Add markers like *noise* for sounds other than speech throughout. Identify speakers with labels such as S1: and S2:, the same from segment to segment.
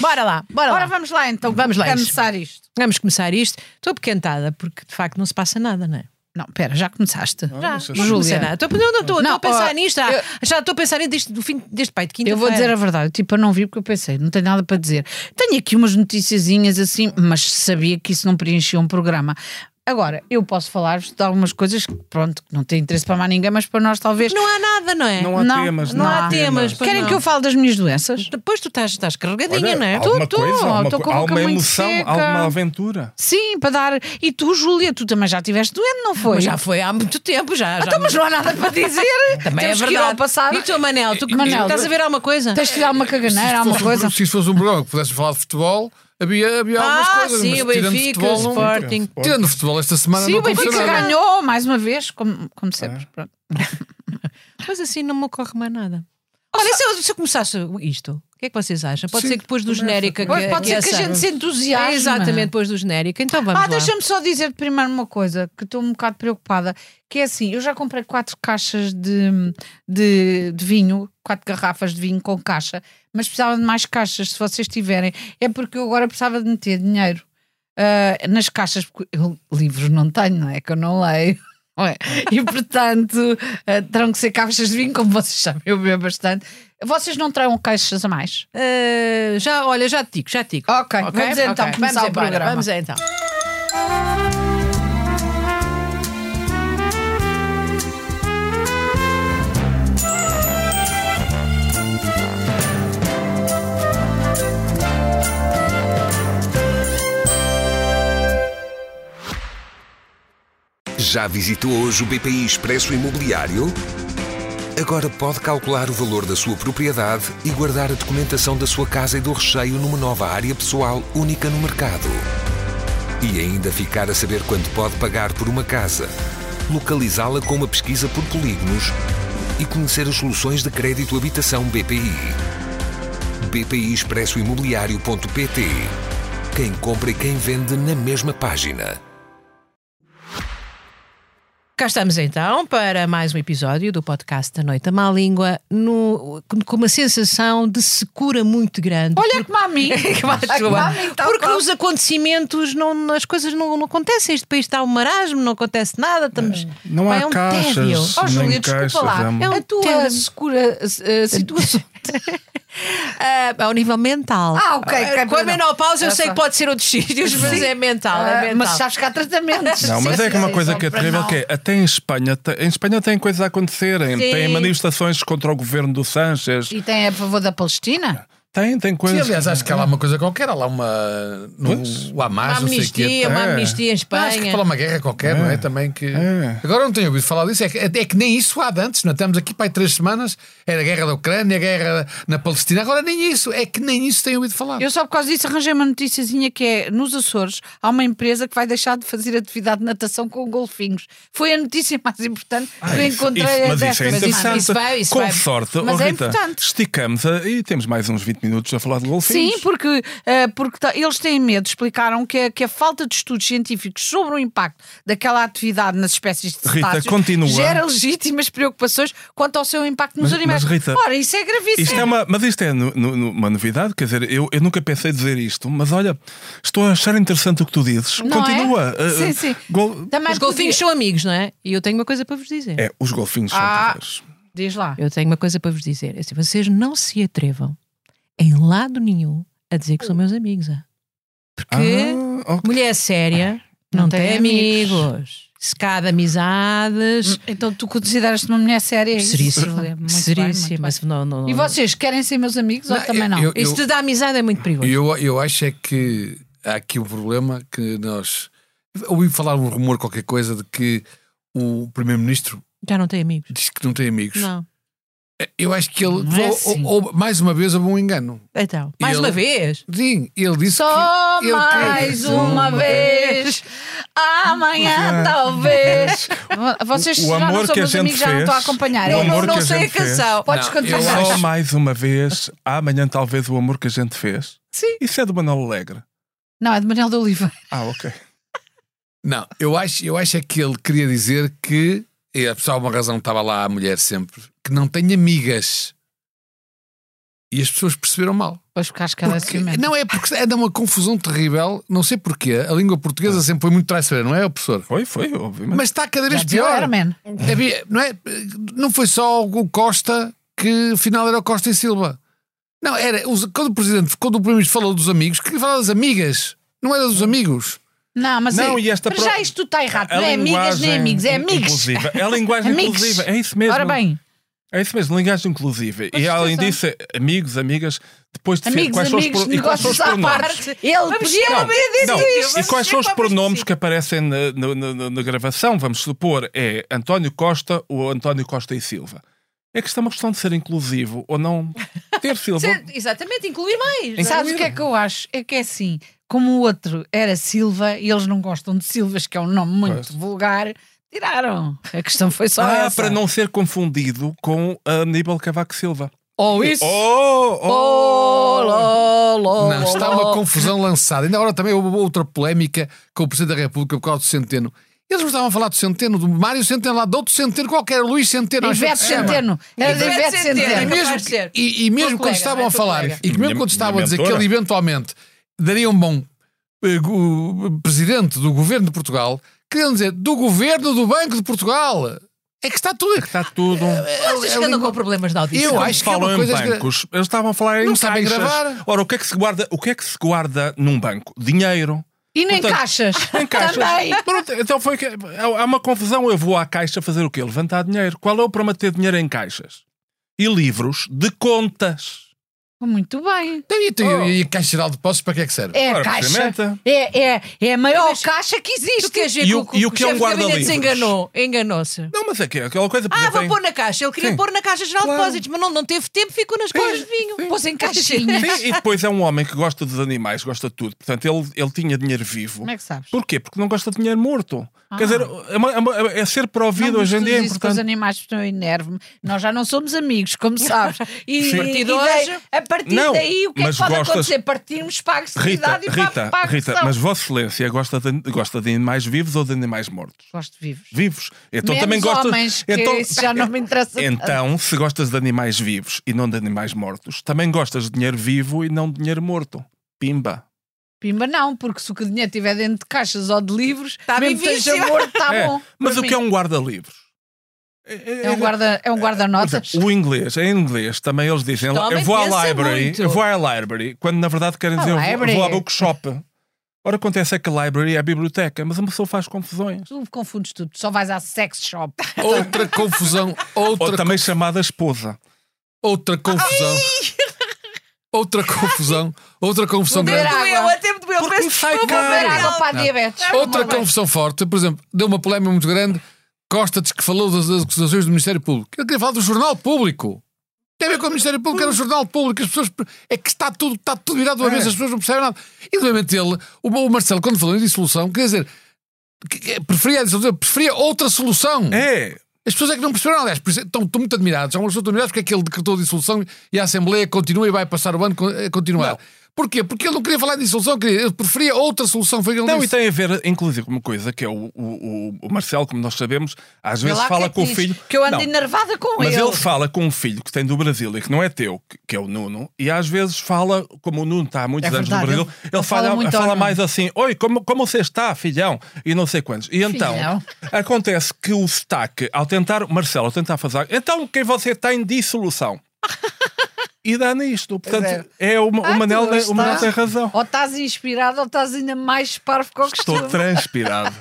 S1: Bora lá, bora lá.
S2: Ora, vamos lá então.
S1: Vamos lá, Inês.
S2: começar isto.
S1: Vamos começar isto. Estou pecantada porque de facto não se passa nada, não é?
S2: Não, pera, já começaste.
S1: Já,
S3: sei
S1: não
S3: se-
S1: comecei nada. Estou- Não, não estou estou
S2: Não,
S1: a pensar
S2: ó,
S1: nisto. Já
S2: eu-
S1: já estou a pensar nisto desde, do fim, deste pai de quinta
S2: Eu vou dizer a verdade, tipo, eu não vi porque eu pensei, não tenho nada para dizer. Tenho aqui umas noticiazinhas assim, mas sabia que isso não preenchia um programa. Agora, eu posso falar-vos de algumas coisas que, pronto, que não tem interesse para mais ninguém, mas para nós talvez.
S1: Não há nada, não é?
S3: Não há
S2: Não,
S3: temas,
S1: não há temas. pois
S2: Querem
S1: não.
S2: que eu fale das minhas doenças?
S1: Depois tu estás, estás carregadinha,
S3: Olha,
S1: não é?
S3: alguma
S2: Tô, tô,
S3: coisa, alguma
S2: tô
S3: co-
S2: com a
S3: há
S2: boca
S3: uma
S2: muito
S3: emoção,
S2: seca.
S3: há uma aventura.
S2: Sim, para dar. E tu, Júlia, tu também já estiveste doente, não foi?
S1: Mas já foi há muito tempo, já. já
S2: Então, mas não há nada para dizer.
S1: Também é
S2: Temos que ir
S1: verdade.
S2: ao passado.
S1: E tu, Manel, tu que
S2: Manel,
S1: estás a ver alguma coisa?
S2: Tens de dar uma caganeira, há uma
S3: fosse-
S2: coisa.
S4: Se isso fosse um programa que pudesse falar de futebol, havia, havia algumas
S1: ah,
S4: coisas.
S1: sim, o
S4: mas tirando
S1: Benfica, o
S4: futebol, não-
S1: Sporting.
S3: Sporting.
S4: Tirando futebol esta semana
S2: Sim,
S4: não
S2: o Benfica
S4: aconteceu nada.
S2: ganhou mais uma vez, como, como sempre. Pronto.
S1: Mas assim não me ocorre mais nada. Olha, se eu, se eu começasse isto, o que é que vocês acham? Pode
S4: Sim,
S1: ser que depois do genérico.
S2: Pode, pode ser que a
S1: essa-
S2: gente se entusiasme.
S1: É, Exatamente, depois do genérico. Então vamos
S2: Ah,
S1: lá.
S2: deixa-me só dizer primeiro uma coisa que estou um bocado preocupada, que é assim, eu já comprei quatro caixas de, de, de vinho, quatro garrafas de vinho com caixa, mas precisava de mais caixas, se vocês tiverem. É porque eu agora precisava de meter dinheiro ah, nas caixas, porque eu livros não tenho, não é que eu não leio. *laughs* não é? E portanto, ah, terão que ser caixas de vinho, como vocês sabem, eu bebo bastante. Vocês não trarão caixas a mais?
S1: Ah, já, olha, já te digo, já te digo.
S2: Ok,
S1: Ok?
S2: vamos então
S1: Ok,
S2: começar
S1: vamos
S2: o
S1: embora,
S2: programa.
S1: Vamos então.
S5: Já visitou hoje o BPI Expresso Imobiliário? Agora pode calcular o valor da sua propriedade e guardar a documentação da sua casa e do recheio numa nova área pessoal única no mercado. E ainda ficar a saber quanto pode pagar por uma casa, localizá-la com uma pesquisa por polígonos e conhecer as soluções de crédito habitação BPI. bpiexpressoimobiliário.pt Quem compra e quem vende na mesma página.
S1: Cá estamos então para mais um episódio do podcast da Noite à Má Língua, no- com uma sensação de secura muito grande.
S2: Olha então como a
S1: *laughs*
S2: mim! como a mim, tal
S1: Porque
S2: qual.
S1: os acontecimentos, não, as coisas não, não acontecem. Este país está um marasmo, não acontece nada. Estamos,
S3: Não
S1: Pá,
S3: há
S1: é um
S3: caixas,
S1: tédio.
S2: Ó, Júlia,
S3: nem
S2: desculpa
S3: caixas.
S2: lá.
S3: amor.
S1: É um
S2: a tua
S1: tema.
S2: segura eh, situação.
S1: *laughs* Ah, ao nível mental.
S2: Ah, ok, ok,
S1: Ah, Com a
S2: perdão.
S1: menopausa eu
S2: Já
S1: sei
S2: sei.
S1: que pode ser *laughs* outros sítios, mas é mental. é mental.
S2: Ah, mas sabes que há *laughs* tratamentos.
S3: Não, mas é que uma coisa que é
S2: Para
S3: terrível
S2: não.
S3: que é, até em Espanha, te- em Espanha tem coisas a acontecerem,
S1: Sim.
S3: tem manifestações contra o governo do Sánchez,
S2: E tem é a favor da Palestina?
S3: tem, tem
S4: Sim,
S3: coisas.
S4: aliás, acho que há lá uma coisa qualquer, há lá uma. No,
S3: Pois.
S4: o
S1: uma
S4: Hamas, não sei o quê.
S1: amnistia, uma
S3: É.
S1: amnistia em
S4: Não, Acho que
S1: Espanha.
S4: fala uma guerra qualquer, não é? Também que.
S3: É.
S4: Agora não tenho ouvido falar disso. É que, é que nem isso há de antes, não é? Estamos aqui para aí três semanas. Era a guerra da Ucrânia, a guerra na Palestina. Agora nem isso. É que nem isso tenho ouvido falar.
S2: Eu só por causa disso arranjei uma noticiazinha que é nos Açores há uma empresa que vai deixar de fazer atividade de natação com golfinhos. Foi a notícia mais importante que eu encontrei
S3: Ah, Isso- mas isso
S2: desta
S3: é
S2: semana.
S3: interessante.
S1: isso vai- isso
S3: Com
S1: vai-
S3: sorte,
S2: mas
S3: oh,
S2: é
S3: Rita,
S2: importante.
S3: esticamos a- e temos mais uns 20 minutos a falar de golfinhos.
S2: Sim, porque, eh, porque ta- eles têm medo, explicaram que a, que a falta de estudos científicos sobre o impacto daquela atividade nas espécies de
S3: Rita,
S2: cetáceos
S3: continua.
S2: gera legítimas preocupações quanto ao seu impacto nos
S3: Mas-
S2: animais.
S3: mas, Rita,
S2: Ora, isso é gravíssimo.
S3: Isto é uma, mas isto é nu- nu- nu- uma novidade, quer dizer, eu, eu nunca pensei dizer isto, mas olha, estou a achar interessante o que tu dizes.
S2: Não é?
S3: Continua. ah,
S2: Sim, sim.
S3: gol-
S2: Também
S1: Os golfinhos são amigos, não é? E eu tenho uma coisa para vos dizer.
S3: é, os golfinhos são
S2: Ah.
S3: terríveis.
S2: podia- Diz lá.
S1: Eu tenho uma coisa para vos dizer. É assim, vocês não se atrevam em lado nenhum a dizer que são meus amigos. ah. Porque
S3: Ah, ok.
S1: mulher séria não,
S2: Não
S1: tem,
S2: tem
S1: amigos. Se cada amizades.
S2: Então tu consideras-te uma mulher séria? é isso? Júlia?
S1: Seríssimo.
S2: Muito bem,
S1: Seríssimo.
S2: muito
S1: Mas não, não,
S2: bem.
S1: não.
S2: E vocês querem ser meus amigos ou
S4: Não,
S2: também
S4: eu-
S2: não?
S4: eu-
S1: Isto da amizade é muito perigoso.
S4: Eu, eu acho é que há aqui um problema que nós. Ouvi falar um rumor, qualquer coisa, de que o Primeiro-Ministro
S1: Já não tem amigos.
S4: diz que não tem amigos.
S1: Não.
S4: Eu acho que ele.
S2: Não é
S4: ou-
S2: assim.
S4: ou- ou- mais uma vez houve um engano.
S1: Então, mais
S4: Ele-
S1: uma vez.
S4: Sim, ele disse
S2: Só
S4: que. ele tem-
S2: mais uma vez,
S3: é.
S2: amanhã talvez. Vocês
S3: O
S2: já não
S3: amor
S2: são
S3: que a
S2: meus
S3: gente
S2: amigos, já não
S3: fez,
S2: estou a acompanhar.
S3: o
S2: Eu
S3: amor
S2: não,
S3: que
S2: não
S3: a
S2: sei a
S3: gente fez. Ah.
S2: canção. Podes
S4: Não,
S2: continuar.
S4: eu
S3: Só
S4: acho-
S3: mais uma vez, amanhã talvez o amor que a gente fez.
S2: Sim.
S3: Isso é do Manuel Alegre.
S2: Não, é de Manuel de Oliva.
S3: Ah, ok.
S4: Não, eu acho, eu acho é que ele queria dizer que. é E a pessoa, há uma razão, estava lá a mulher sempre. Que não tem amigas. E as pessoas perceberam mal.
S2: Pois porque acho que ela é
S4: Porque-
S2: ciumenta.
S4: não é porque é de uma confusão terrível, não sei porquê. A língua portuguesa
S2: Ah.
S4: sempre foi muito traiçoeira, não é, professor?
S3: Foi, foi, obviamente.
S4: Mas está cada vez
S2: Já dizia o
S4: pior.
S2: Herman.
S4: Havia- não, é, não foi só o Costa que afinal era o Costa e Silva. Não, era os- quando o presidente, quando o primeiro-ministro falou dos amigos, queria falar das amigas, não era dos amigos.
S2: Não, mas
S3: Não,
S2: é-
S3: e esta
S2: para
S3: pro-
S2: já isto está errado.
S3: A
S2: Não é amigas nem
S3: linguagem
S2: amigos, é amigos.
S3: inclusiva. É a linguagem
S2: Amigos.
S3: inclusiva, é isso mesmo.
S2: *laughs* Ora bem,
S3: É isso mesmo, linguagem inclusiva.
S2: Pois,
S3: e além
S2: razão.
S3: disso, é amigos, amigas, depois de
S2: amigos,
S3: quais
S2: amigos,
S3: são os, pro- e quais são os
S2: negócios à
S3: pronomes.
S2: parte. Ele podia
S3: Não, não.
S4: tipo,
S2: dizer
S3: E
S4: é
S3: quais são os pronomes que aparecem na, na- na- na gravação? Vamos supor, é António Costa ou António Costa e Silva. É que isto é uma questão de ser inclusivo ou não
S4: *laughs*
S3: ter Silva.
S1: Cer- Exatamente, incluir mais.
S3: Em-
S2: Sabes o que é que eu acho? É que é assim, como o outro era Silva e eles não gostam de Silvas, que é um nome muito vulgar, tiraram. A questão foi só
S3: ah,
S2: essa.
S3: para não ser confundido com Aníbal Cavaco Silva.
S2: Ou isso.
S3: Oh,
S2: Oh, ló, ló,
S4: Não, está
S2: ló.
S4: uma confusão lançada. Ainda agora também houve outra polémica com o Presidente da República por causa do Centeno. Eles não estavam a falar do Centeno, do Mário Centeno, lá de outro Centeno qualquer, Luís Centeno. acho que
S2: Ivete
S4: se chama.
S2: Centeno. Era de
S1: Ivete
S2: Ivete
S1: Centeno.
S4: E
S1: É
S2: Centeno.
S1: capaz
S4: mesmo,
S1: de ser.
S4: e, e mesmo
S1: Tua
S4: quando
S1: colega,
S4: estavam
S1: não é?
S4: a
S1: Tua
S4: falar,
S1: colega.
S4: e mesmo
S3: Minha-
S4: quando estavam
S3: minha
S4: a dizer que
S3: mentora.
S4: ele eventualmente daria um bom eh, go- presidente do governo de Portugal, queriam dizer do governo do Banco de Portugal. É que está tudo.
S3: Está tá tudo. É
S1: Vocês que andam com problemas de audição.
S4: Eu
S3: Quando
S4: acho que é
S3: falam
S4: uma coisa
S3: em
S4: que-
S3: bancos, eles estavam a falar em
S4: Não sabem
S3: caixas.
S4: gravar.
S3: Ora, o que é que se guarda, o que é que se guarda num banco? Dinheiro.
S2: E nem
S3: Portanto,
S2: caixas.
S3: Em caixas.
S2: Também.
S3: Pronto, então foi que há há uma confusão. Eu vou à caixa fazer o quê? Levantar dinheiro. Qual é o problema de ter dinheiro em caixas? E livros de contas.
S2: Muito bem.
S4: Então, E, tem-
S1: Oh.
S4: e a Caixa Geral de Depósitos para que é que serve?
S2: É a
S3: Ora,
S2: caixa.
S3: precisamente.
S2: É, é, é a maior caixa que
S1: Tu queres ver
S2: existe.
S3: E
S1: que
S3: o- e o que é um
S1: chefe de gabinete
S3: guarda-livros?
S1: se enganou? Enganou-se.
S3: Não, mas é que é aquela coisa. por
S1: Ah,
S3: exemplo,
S1: vou pôr na caixa. Ele queria
S3: Sim.
S1: pôr na caixa geral de
S3: Claro.
S1: depósitos, mas não, não teve tempo, ficou nas cores de vinho.
S3: sim.
S1: Pôs em caixinha.
S3: Sim, e depois é um homem que gosta dos animais, gosta de tudo. Portanto, ele, ele tinha dinheiro vivo.
S2: Como é que sabes? Ah.
S3: Porquê? Porque não gosta de dinheiro morto. Quer dizer, é, uma- é uma- é ser para o
S2: Não
S3: ouvido hoje em
S2: misturas
S3: dia é
S2: isso com os
S3: importante.
S2: animais, porque eu enervo-me. Nós já não somos amigos, como
S1: *laughs*
S2: sabes. E,
S3: Sim.
S2: e
S3: A partir
S1: de
S2: daí-
S1: hoje-
S2: a partir
S3: Não,
S2: daí, o que é que
S3: mas
S2: pode
S3: gostas-
S2: acontecer? Partirmos para a
S3: Rita,
S2: agressividade e para,
S3: Rita,
S2: para a
S3: Rita,
S2: agressão.
S3: mas Vossa Excelência gosta de, gosta de animais vivos ou de animais mortos?
S2: Gosto de vivos.
S3: Vivos. Então
S2: Menos
S3: também gosta.
S2: homens, que
S3: então,
S2: isso já não me interessa tanto.
S3: Então, se gostas de animais vivos e não de animais mortos, também gostas de dinheiro vivo e não de dinheiro morto. Pimba.
S2: Pimba não, porque se o que o dinheiro estiver dentro de caixas ou de livros,
S1: Tá
S2: mesmo que
S1: vivíssimo.
S2: esteja morto, está
S3: É,
S2: Tá bom.
S3: Mas
S2: para
S3: o que é
S2: mim.
S3: um guarda-livros?
S2: É um guarda, é um
S3: Por
S2: guarda-notas.
S3: exemplo, O inglês, em inglês, também eles dizem,
S1: Este homem
S3: eu vou à
S1: pensa
S3: library,
S1: muito.
S3: eu vou à library, quando na verdade querem dizer, eu vou- eu vou,
S2: library.
S3: à bookshop. Ora, acontece é que library é a biblioteca, mas uma pessoa faz confusões.
S2: Tu confundes tudo, só vais à sex
S3: *laughs*
S2: shop.
S1: É.
S4: Outra confusão. Outra,
S3: Ou também chamada esposa.
S4: outra confusão. Outra confusão. Outra confusão
S2: Poder
S4: grande.
S2: à
S1: Eu até me doeu,
S3: Porque
S1: peço
S3: sai
S1: desculpa,
S3: caro.
S2: Beber
S1: Vera,
S2: água
S1: agora
S2: para a diabetes.
S3: É
S4: Outra
S2: Uma vez.
S4: confusão forte, por exemplo, deu uma polémica muito grande. Costa diz que falou das, das acusações do Ministério Público. Ele queria falar do jornal público. Tem a ver com o Ministério Público, era o jornal público. As pessoas. É que está tudo, está tudo virado de uma
S3: É.
S4: vez, as pessoas não percebem nada. E, obviamente, ele, o, o Marcelo, quando falou em dissolução, quer dizer, que- que- preferia a dissolução, preferia outra solução.
S3: É,
S4: As pessoas é que não perceberam, aliás, por isso estão, estão muito admirados. Há umas pessoas que estão admiradas porque é que ele decretou a dissolução e a Assembleia continua e vai passar o ano con- a continuar. Porquê? Porque ele não queria falar de dissolução, queria, ele preferia outra solução. Foi o que ele
S3: Não,
S4: disse.
S3: e tem a ver, inclusive, com uma coisa que é o, o, o Marcelo, como nós sabemos, às
S2: Vê
S3: vezes
S2: lá
S3: fala
S2: que é que
S3: com o
S2: diz,
S3: filho.
S2: Que eu ando
S3: Não,
S2: enervada com
S3: mas
S2: ele.
S3: ele fala com um filho que tem do Brasil e que não é teu, que, que é o Nuno, e às vezes fala, como o Nuno está há muitos
S2: É
S3: anos
S2: verdade,
S3: no
S2: ele-
S3: Brasil, ele,
S2: ele
S3: fala,
S2: fala muito ao
S3: fala
S2: Nuno.
S3: mais assim: Oi, como, como você está, filhão? E não sei quantos. E então,
S2: Filhão.
S3: acontece que o sotaque, ao tentar, Marcelo, ao tentar fazer, então quem você tem dissolução? E dá nisto. Portanto, é, o, o,
S2: Ah,
S3: Manel,
S2: tu Oh,
S3: tem- o
S2: estás.
S3: Manel tem razão.
S2: Ou estás inspirado ou estás ainda mais parvo com o
S3: Estou
S2: *laughs*
S3: transpirado.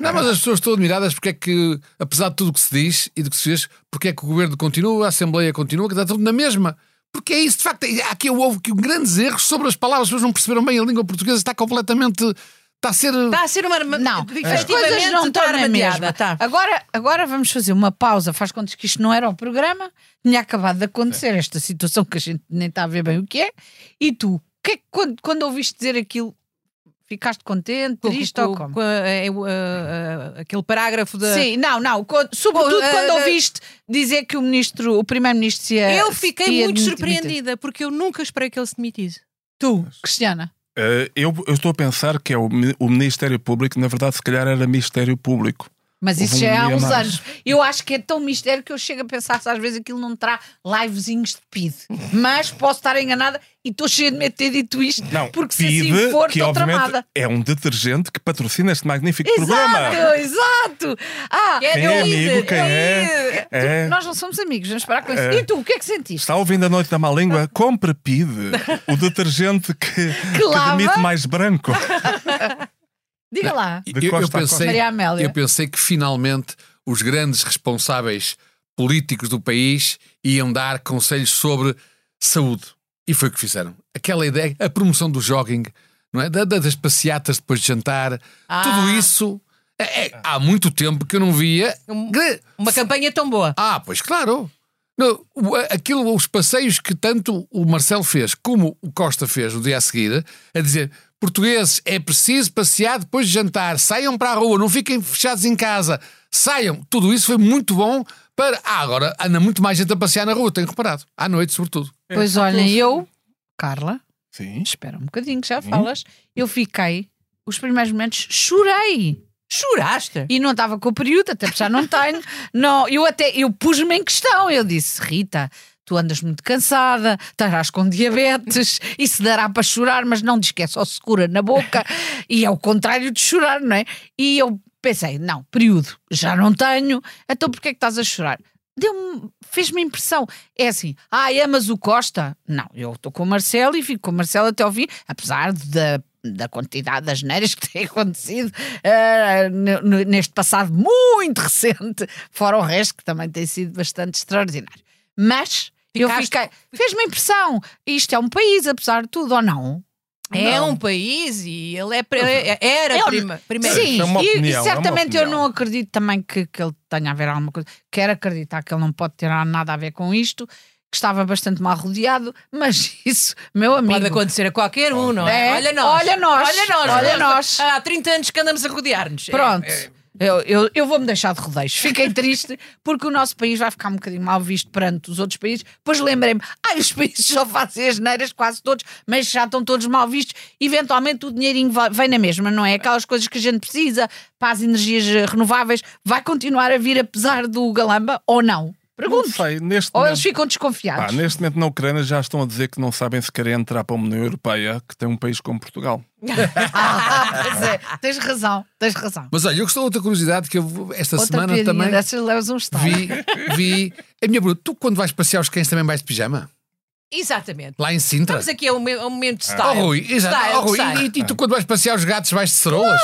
S4: Não, mas as pessoas estão admiradas porque é que, apesar de tudo o que se diz e do que se fez, porque é que o governo continua, a Assembleia continua, que está tudo na mesma. Porque é isso, de facto, há aqui houve aqui grandes erros sobre as palavras, as pessoas não perceberam bem, a língua portuguesa está completamente. está a ser.
S1: Está a ser uma arma...
S2: Não, as
S1: efetivamente,
S2: coisas não
S1: está
S2: estão na
S1: armadilhada.
S2: mesma.
S1: Tá.
S2: Agora, agora vamos fazer uma pausa. Faz contas que isto não era o programa. Tinha acabado de acontecer
S3: É.
S2: esta situação que a gente nem está a ver bem o que é. E tu, que é que quando, quando ouviste dizer aquilo, ficaste contente,
S1: Com-
S2: triste
S1: com-
S2: ou como?
S1: com- é, o, ah, ah, aquele parágrafo da...
S2: Sim, não, não. co- Sobretudo
S1: Com-
S2: quando
S1: eh,
S2: ouviste dizer que o ministro, o primeiro-ministro se ia-
S1: Eu
S2: se
S1: fiquei
S2: ia
S1: muito
S2: demiti-
S1: surpreendida, porque eu nunca esperei que ele se demitisse.
S2: Tu, Cristiana.
S3: Eh, eu, eu estou a pensar que é o, mi- o Ministério Público, na verdade, se calhar era Ministério Público.
S2: Mas isso
S3: Houve
S2: já
S3: um
S2: é há
S3: dia
S2: uns
S3: mais.
S2: anos. Eu acho que é tão mistério que eu chego a pensar se às vezes aquilo não terá livezinhos de PID. Mas posso estar enganada e estou cheia de medo de ter dito isto,
S3: Não,
S2: porque se
S3: PID,
S2: assim for,
S3: que
S2: estou
S3: obviamente
S2: tramada.
S3: é um detergente que patrocina este magnífico programa.
S2: Exato, exato. Ah,
S3: Quem é amigo, quem é? É.
S2: Nós não somos amigos, vamos parar com isso.
S3: É.
S2: E tu, o que é que sentiste?
S3: Está ouvindo a noite da má língua? Compre PID, o detergente que, que
S2: lava.
S3: demite mais branco.
S2: Diga lá,
S3: De
S4: Eu, eu
S3: costa a costa.
S4: pensei,
S2: Maria Amélia.
S4: eu pensei que finalmente os grandes responsáveis políticos do país iam dar conselhos sobre saúde. E foi o que fizeram. Aquela ideia, a promoção do jogging, não é? Da- da- das passeatas depois de jantar, tudo isso. é- é- há muito tempo que eu não via. gra-
S1: Uma campanha tão boa.
S4: ah, pois claro. Não, o- a- aquilo, os passeios que tanto o Marcelo fez como o Costa fez no dia a seguir, a dizer: portugueses, é preciso passear depois de jantar, saiam para a rua, não fiquem fechados em casa, saiam. Tudo isso foi muito bom para. Ah, agora anda muito mais gente a passear na rua, tenho reparado. À noite, sobretudo.
S2: pois olha, eu, Carla,
S3: Sim.
S2: espera um bocadinho que já falas, eu fiquei, os primeiros momentos, chorei.
S1: Choraste?
S2: E não estava com o período, até porque já não tenho. Não, eu até eu pus-me em questão. Eu disse, Rita, tu andas muito cansada, estarás com diabetes, isso dará para chorar, mas não diz que é só segura na boca. E é o contrário de chorar, não é? E eu pensei, não, período, já não tenho, então porquê é que estás a chorar? Deu-me, fez-me impressão. É assim, ah, amas o Costa? Não, eu estou com o Marcelo e fico com o Marcelo até ao fim, apesar da da quantidade das neiras que *laughs* tem acontecido ah, no- no- neste passado muito recente, fora o resto, que também tem sido bastante extraordinário. Mas eu
S1: Ficaste-
S2: fiquei. Fez-me impressão. Isto é um país, apesar de tudo, ou não?
S1: É
S2: Não.
S1: um país e ele é pre- é- era
S2: É um-
S1: prima- primeiro.
S2: Sim,
S3: Isso é uma
S2: e-
S3: opinião, é
S2: e
S3: uma
S2: certamente eu
S3: opinião.
S2: não acredito também que, que ele tenha a ver alguma coisa. Quero acreditar que ele não pode ter nada a ver com isto, que estava bastante mal rodeado, mas *laughs* isso, meu amigo.
S1: Pode acontecer a qualquer um, não é?
S2: É.
S1: Olha nós.
S2: Olha nós.
S1: Olha nós.
S2: Olha nós.
S1: Há 30 anos que andamos a rodear-nos.
S2: Pronto.
S1: É, é.
S2: Eu, eu, eu vou-me deixar de rodeios. Fiquei triste porque o nosso país vai ficar um bocadinho mal visto perante os outros países. Pois lembrei-me, ai, os países só fazem as neiras quase todos, mas já estão todos mal vistos. Eventualmente o dinheirinho vai- vem na mesma, não é? Aquelas coisas que a gente precisa para as energias eh, renováveis vai continuar a vir apesar do galamba ou não?
S3: Não
S2: Pergunto.
S3: sei, neste
S2: Ou eles
S3: momento.
S2: ficam
S3: Pá,
S2: desconfiados?
S3: neste momento na Ucrânia já estão a dizer que não sabem se querem entrar para uma União Europeia, que tem um país como Portugal.
S2: *laughs* Ah, pois é, tens razão, tens razão.
S4: Mas olha, eu gostei de outra curiosidade que eu, vou- esta
S2: Outra
S4: semana
S2: piadinha
S4: também
S2: dessas levas um estalo.
S4: vi. vi a minha pergunta: tu quando vais passear os cães também vais de pijama?
S1: *laughs* Exatamente.
S4: Lá em Sintra?
S1: Estamos aqui a um, me- a um momento de
S2: Tá,
S4: Oh,
S1: style.
S4: Rui, exato.
S1: Style,
S4: Oh, Rui,
S1: style.
S4: e, e tu quando vais passear os gatos vais de ceroulas?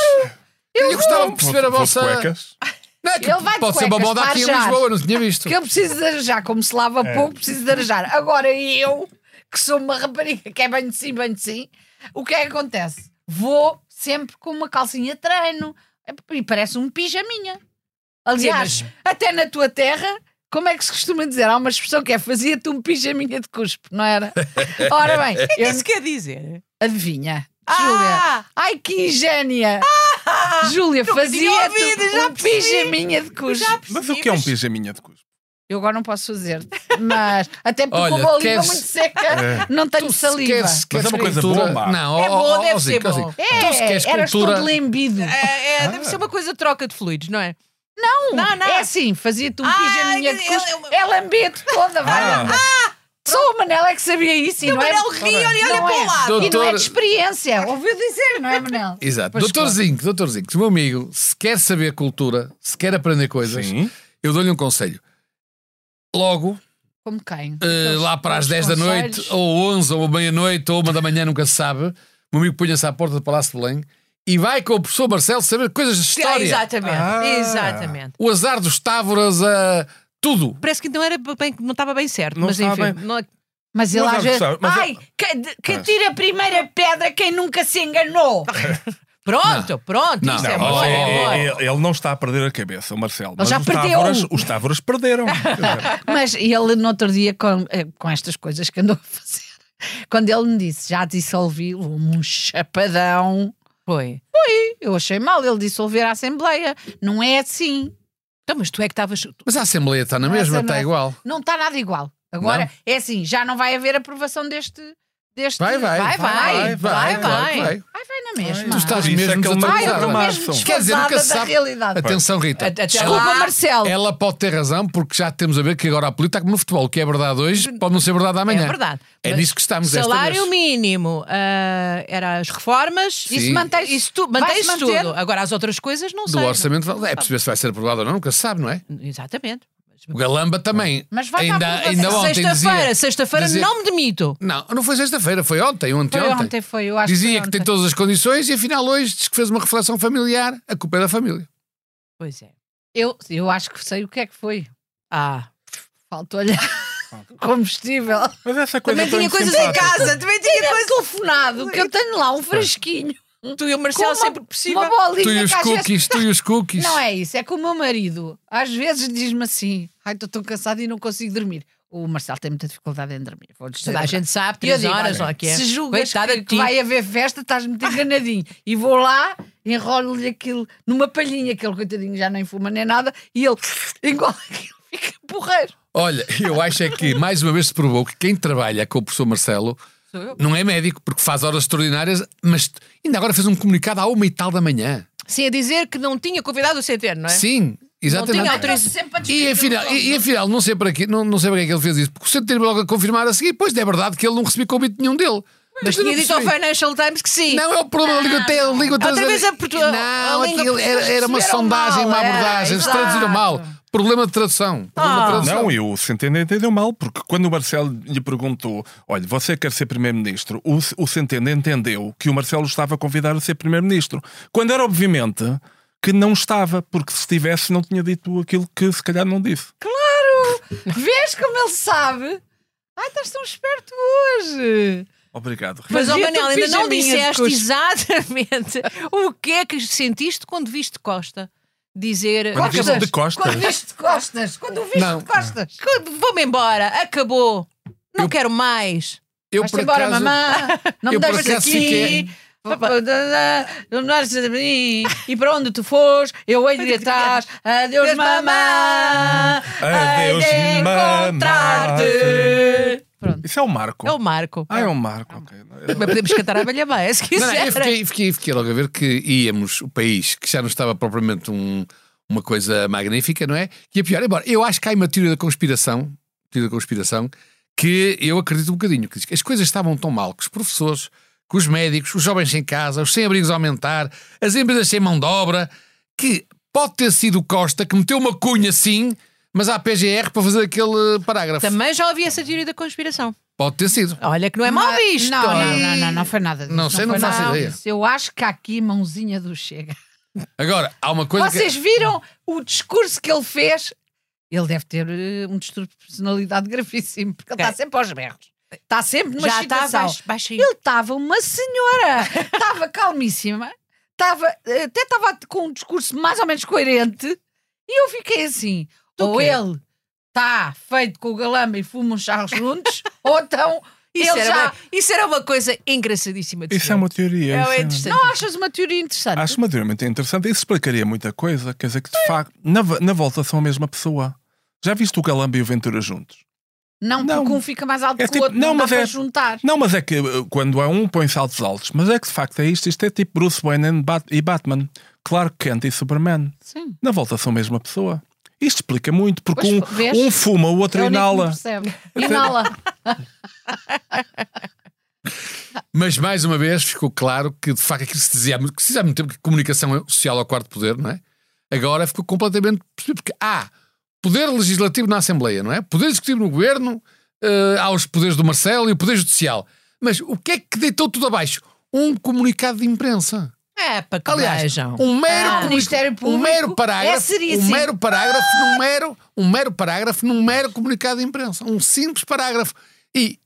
S4: Eu, gostava de perceber a
S3: Vou- vou de
S4: vossa.
S3: cuecas.
S4: Não, é que
S2: Ele vai de
S4: pode ser uma
S2: cuecas
S4: moda
S2: para
S4: aqui em
S2: arejar.
S4: Lisboa, não tinha visto.
S2: que eu preciso de arejar, como se lava
S1: É.
S2: pouco, preciso de arejar. Agora eu, que sou uma rapariga que é bem de si, bem de si, o que é que acontece? Vou sempre com uma calcinha de treino e parece um pijaminha. Aliás,
S1: Sim,
S2: até na tua terra. Como é que se costuma dizer? Há uma expressão que é fazia-te um pijaminha de cuspo,
S1: *laughs*
S2: não era? Ora bem,
S1: O que
S2: eu,
S1: isso quer dizer?
S2: adivinha. Júlia,
S1: Ah!
S2: Ai, que ingênia! Júlia,
S1: nunca tinha ouvido,
S2: fazia-te
S1: já
S2: um
S1: percebi.
S2: pijaminha de cuspo.
S1: Já
S3: Mas
S1: percebi,
S3: o que é um pijaminha de cuspo?
S2: Eu agora não posso fazer, mas até porque
S4: Olha,
S2: como a língua
S4: queres-
S2: muito seca, não tenho
S4: Tu se
S2: saliva.
S4: queres- queres
S3: é uma coisa
S4: cultura-
S3: boa, má.
S4: Não,
S1: É
S4: ó,
S1: boa,
S4: ó,
S1: deve
S4: ó,
S1: ser
S4: Zico, ó,
S1: boa.
S4: Zico, tu se queres
S2: É, eras
S4: cultura.
S2: todo lembido.
S1: É,
S4: Ah.
S1: é, Deve ser uma coisa de troca de fluidos, não é? Não, não, não.
S2: É assim, fazia-te um
S1: Ah,
S2: pijaminha de
S1: ele-
S4: é
S2: cuspo.
S1: ele-
S2: Ela lambia-te toda, É vai.
S3: Ah.
S2: andar. Só o Manel é que sabia isso. E não é,
S1: Manel ri, olha, olha
S2: não
S1: para o
S2: é.
S1: lado.
S2: E não é
S4: Doutor-
S2: de experiência. Ouviu dizer, não é, Manel?
S4: Exato.
S2: Pois
S4: Doutor Zinco, doutor Zinco, se o meu amigo se quer saber cultura, se quer aprender coisas,
S3: é. Sim.
S4: eu dou-lhe um conselho. Logo,
S2: Como quem?
S4: eh, lá para as 10 da noite,
S2: conselhos.
S4: ou 11, ou meia-noite, ou uma da manhã, nunca se sabe, o meu amigo punha-se à porta do Palácio de Belém e vai com o professor Marcelo saber coisas de
S1: Ah,
S4: história.
S1: exatamente,
S3: Ah.
S1: exatamente.
S4: o azar dos távoras, a tudo.
S1: Parece que não era bem, não estava bem certo,
S3: Não
S1: mas
S3: estava
S1: enfim,
S3: bem.
S1: não-
S2: Mas ele
S3: Mas
S2: às
S3: é
S2: vezes.
S3: que sabe, mas é-
S2: Ai, que, de- que
S4: É.
S2: tira a primeira pedra quem nunca se enganou.
S1: Pronto, pronto,
S4: Não.
S1: isso é
S3: Não,
S4: Não,
S1: bom,
S3: mas é-
S1: é bom.
S3: é- é- ele não está a perder a cabeça, o Marcelo. Mas
S2: já
S3: os
S2: perdeu.
S3: Távoras, os Távoras perderam. Quer dizer,
S2: Mas ele, no outro dia, com, eh, com estas coisas que andou a fazer, quando ele me disse, já dissolvi um chapadão,
S1: Foi.
S2: eu achei mal ele dissolver a Assembleia. Não é assim.
S1: Então, mas tu é que estavas.
S4: Mas a Assembleia está na
S2: Mas
S4: mesma,
S2: é
S4: está
S2: na-
S4: igual.
S2: Não está nada igual. Agora, é assim, já não vai haver aprovação deste. deste
S4: Vai, vai.
S1: Vai, vai,
S2: vai,
S1: vai, vai.
S4: claro que
S2: Ai, vai na é mesmo.
S4: Tu estás
S3: Isso é
S4: mesmo
S3: que ele
S4: desatualizado.
S2: Ai, eu estou
S3: Claro.
S2: mesmo
S3: Quer dizer,
S4: Quer dizer, nunca
S2: desfasada
S4: se
S2: da
S4: sabe.
S2: realidade.
S4: Atenção, Rita.
S1: Até
S2: Desculpa,
S1: lá.
S2: Marcelo.
S4: Ela pode ter razão, porque já temos a ver que agora a política está como no futebol. O que é verdade hoje pode não ser verdade amanhã.
S1: É verdade.
S4: É
S1: Mas
S4: nisso que estamos
S1: Salário
S4: esta vez.
S1: mínimo, ah, era as reformas,
S4: Sim.
S1: isso mantém isso tu, mantém
S2: Vai-se manter.
S1: tudo. Agora as outras coisas não
S4: Do
S1: sei. não é?
S4: orçamento. É perceber se vai ser aprovado ou não, nunca se sabe, não é?
S1: Exatamente.
S4: O Galamba também.
S2: Mas vai para a
S4: ainda,
S2: aprovação.
S4: ainda ontem
S1: Sexta-feira,
S4: dizia-
S1: sexta-feira
S4: dizia-
S1: não me demito.
S4: Não, não foi sexta-feira, foi ontem, ontem,
S2: Foi
S4: ontem.
S2: ontem, foi, eu acho que
S4: Dizia
S2: foi
S4: que tem
S2: ontem.
S4: todas as condições e afinal hoje diz que fez uma reflexão familiar. A culpa é da família.
S1: Pois é.
S2: Eu, eu acho que sei o que é que foi.
S1: Ah,
S2: Faltou-lhe *laughs* combustível.
S3: Mas essa coisa
S1: Também tinha
S3: tão
S1: coisas em
S3: simpática.
S2: casa, também tinha coisa telefonado, que eu tenho lá um frasquinho.
S1: tu e o
S2: Com
S1: Marcelo
S2: uma,
S1: sempre possível.
S2: uma bolinha
S4: tu
S1: é
S4: e os
S2: que às vezes-
S4: cookies, tu e
S1: *laughs*
S4: os cookies.
S2: Não é isso, é que o meu marido às vezes diz-me assim: ai, estou tão cansado e não consigo dormir. O Marcelo tem muita dificuldade em dormir. Vou
S1: Toda a gente sabe, três horas, ou o que é.
S2: Se julgas
S1: Coitada
S2: que,
S1: de ti.
S2: que vai haver festa, estás muito enganadinho. E vou lá, enrolo-lhe aquilo numa palhinha, aquele coitadinho já nem fuma nem nada, e ele *laughs* engole aquilo, fica
S1: *laughs*
S2: porreiro.
S4: Olha, eu acho é que mais uma vez se provou que quem trabalha com o professor Marcelo
S1: Sou eu.
S4: não é médico, porque faz horas extraordinárias, mas ainda agora fez um comunicado à uma e tal da manhã.
S1: Sem a dizer que não tinha convidado o Centeno, não é?
S4: Sim, exatamente.
S1: tinha autorização.
S2: Sempre a
S4: E
S2: discutir
S4: afinal,
S2: tudo.
S4: e, e afinal, não sei para que, não, não sei para que é que ele fez isso, porque o centro teve logo a confirmar a seguir, pois é verdade que ele não recebeu convite nenhum dele.
S1: Mas
S4: eu não
S1: tinha dito ao
S4: percebi.
S1: Financial Times que sim.
S4: Não, é o problema da língua até língua
S1: Outra
S4: trans-
S1: vez a portu- a
S4: Não,
S1: língua
S4: aquilo era, era uma
S1: perceberam
S4: sondagem, uma
S1: mal, é,
S4: abordagem, eles
S1: exato. Ah.
S4: traduziram mal. Problema de tradução. Problema de tradução.
S3: Não, e o Centeno entendeu mal, porque quando o Marcelo lhe perguntou: Olha, você quer ser Primeiro-Ministro? O, o Centeno entendeu que o Marcelo estava a convidar a ser Primeiro-Ministro. Quando era, obviamente, que não estava, porque se estivesse, não tinha dito aquilo que se calhar não disse.
S2: Vês como ele sabe? Ai, estás tão esperto hoje.
S3: Obrigado.
S1: Mas, ó
S2: Fazia-te
S1: Manel, ainda não
S2: pijaminha
S1: disseste
S2: de cusco.
S1: exatamente *laughs* o que é que sentiste quando viste Costa dizer.
S3: Quando
S1: "Acabou,
S3: viste de costas.
S2: Quando viste de costas, quando o viste
S4: Não.
S2: de costas.
S1: quando- Vou-me embora, acabou, não quero mais.
S4: Eu,
S2: Vai-te embora, mamã. Não me
S4: eu por
S2: deixes
S4: acaso
S2: aqui.
S4: fiquei-
S2: Não me deixes a mim. E para onde tu fores, eu hei de atrás. Adeus, mamã.
S3: Adeus,
S2: Hei de
S3: mamã.
S2: encontrar-te. Pronto.
S3: Isso é o Marco.
S1: É o Marco. É
S3: Ah, é o Marco. ok.
S1: Mas podemos cantar a velha Maia, se
S4: Não, não, eu
S1: quiser.
S4: fiquei, fiquei, fiquei logo a ver que íamos, o país, que já não estava propriamente um- uma coisa magnífica, não é? E a pior, embora, eu acho que há uma teoria da conspiração, teoria da conspiração, que eu acredito um bocadinho, que diz que as coisas estavam tão mal que os professores, que os médicos, os jovens sem casa, os sem-abrigos a aumentar, as empresas sem mão de obra, que pode ter sido o Costa que meteu uma cunha assim, mas há a PGR para fazer aquele eh, parágrafo.
S1: Também já ouvi essa teoria da conspiração.
S4: Pode ter sido.
S1: Olha que não é mal visto.
S2: Não, não, não, não, não foi nada disso.
S4: Não sei, não
S2: foi
S4: faço
S2: nada
S4: ideia.
S2: disso. Eu acho que há aqui mãozinha do Chega.
S4: Agora, há uma coisa
S2: Vocês
S4: que...
S2: viram o discurso que ele fez? Ele deve ter eh, um distúrbio de personalidade gravíssimo, porque ele
S1: Ok.
S2: está sempre aos berros. Está sempre numa
S1: Já está
S2: situação.
S1: baixo, baixo aí.
S2: Ele estava uma senhora, estava calmíssima, estava, eh, até estava com um discurso mais ou menos coerente, e eu fiquei assim:
S1: Do
S2: ou
S1: quê?
S2: ele está feito com o galama e fuma uns charros juntos, ou então
S1: Isso,
S2: ele
S1: era
S2: já.
S1: uma, isso era uma coisa engraçadíssima de
S3: Isso
S1: ver.
S3: é uma teoria.
S1: É
S3: isso é-
S1: interessante.
S2: Não achas uma teoria interessante?
S3: Acho uma teoria muito interessante. Isso explicaria muita coisa. Quer dizer que, de facto, na, vo- na volta são a mesma pessoa. Já viste o Galamba e o Ventura juntos?
S2: Não,
S3: Não.
S2: porque um fica mais alto
S3: É
S2: que o
S3: tipo-
S2: outro, não,
S3: não,
S2: dá
S3: mas
S2: para
S3: é-
S2: juntar.
S3: Não, mas é que uh, quando há um põe saltos altos, mas é que de facto é isto. Isto é tipo Bruce Wayne and Bat- e Batman, Clark Kent e Superman.
S2: Sim.
S3: Na volta são a mesma pessoa. Isto explica muito, porque
S2: Pois,
S3: um,
S2: vês?
S3: um fuma, o outro
S2: É o único que me
S3: inala.
S2: percebe. Inala.
S4: Mas mais uma vez ficou claro que de facto aquilo que se dizia, há muito- que se dizia há muito tempo que comunicação é social ao quarto poder, não é? Agora ficou completamente percebido porque há poder legislativo na Assembleia, não é? Poder executivo no governo, eh, há os poderes do Marcelo e o poder judicial. Mas o que é que deitou tudo abaixo? Um comunicado de imprensa.
S1: É, para que
S4: Aliás,
S1: vejam.
S4: um
S2: Ah,
S4: mero, comunica-
S2: Ministério
S4: um
S2: Público
S4: mero
S2: é
S4: parágrafo,
S2: seríssimo. Ah!
S4: um mero parágrafo, num mero, um mero parágrafo, num mero comunicado de imprensa, um simples parágrafo e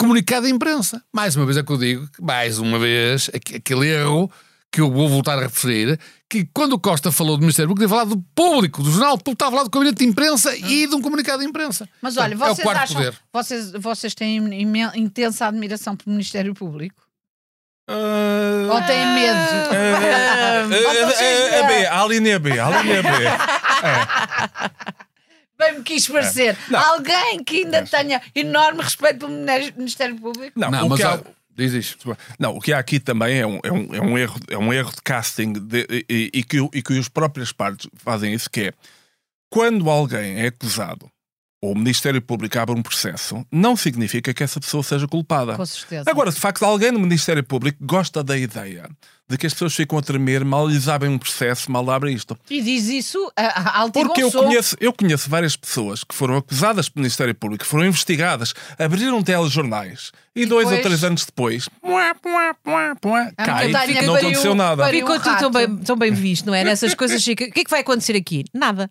S4: comunicado de imprensa. Mais uma vez é que eu digo, que, mais uma vez aqu- aquele erro que eu vou voltar a referir, que quando o Costa falou do Ministério Público, devia falar do público, do jornal público, estava a falar do gabinete de
S2: Ah.
S4: imprensa e de um comunicado de imprensa.
S2: Mas olha,
S4: Portanto,
S2: vocês
S4: é o quarto
S2: acham.
S4: poder.
S2: Vocês, vocês têm imen- intensa admiração pelo Ministério Público?
S3: Ah,
S2: Ou têm medo?
S3: ah, ah, ah, A B, a linha B, a linha B.
S2: Bem me quis
S3: É.
S2: parecer. Alguém que ainda tenha enorme respeito pelo Minério- Ministério Público?
S3: Não,
S4: Não,
S3: o
S4: mas
S3: que há-
S4: olha, Diz isto.
S3: Não, o que há aqui também é um, é um, é um erro, é um erro de casting de- e, e que, o- e que os próprias partes fazem isso, que é quando alguém é acusado ou o Ministério Público abre um processo, não significa que essa pessoa seja culpada.
S2: Com certeza.
S3: Agora, de facto, alguém no Ministério Público gosta da ideia de que as pessoas ficam a tremer, mal lhes abrem um processo, mal abrem isto.
S2: e diz isso a, a alto e
S3: Porque
S2: bom
S3: eu
S2: som.
S3: conheço, eu conheço várias pessoas que foram acusadas pelo Ministério Público, foram investigadas, abriram telejornais e, dois ou
S2: depois-
S3: três anos depois muá, muá, muá, muá,
S2: Ah, A
S3: cai,
S2: medalha
S3: não
S2: pariu-
S3: aconteceu nada.
S2: pariu-
S1: Ficou
S2: um
S1: tudo tão
S2: rato.
S1: bem, tão bem visto, não é? Nessas coisas chica. O que é que vai acontecer aqui? Nada.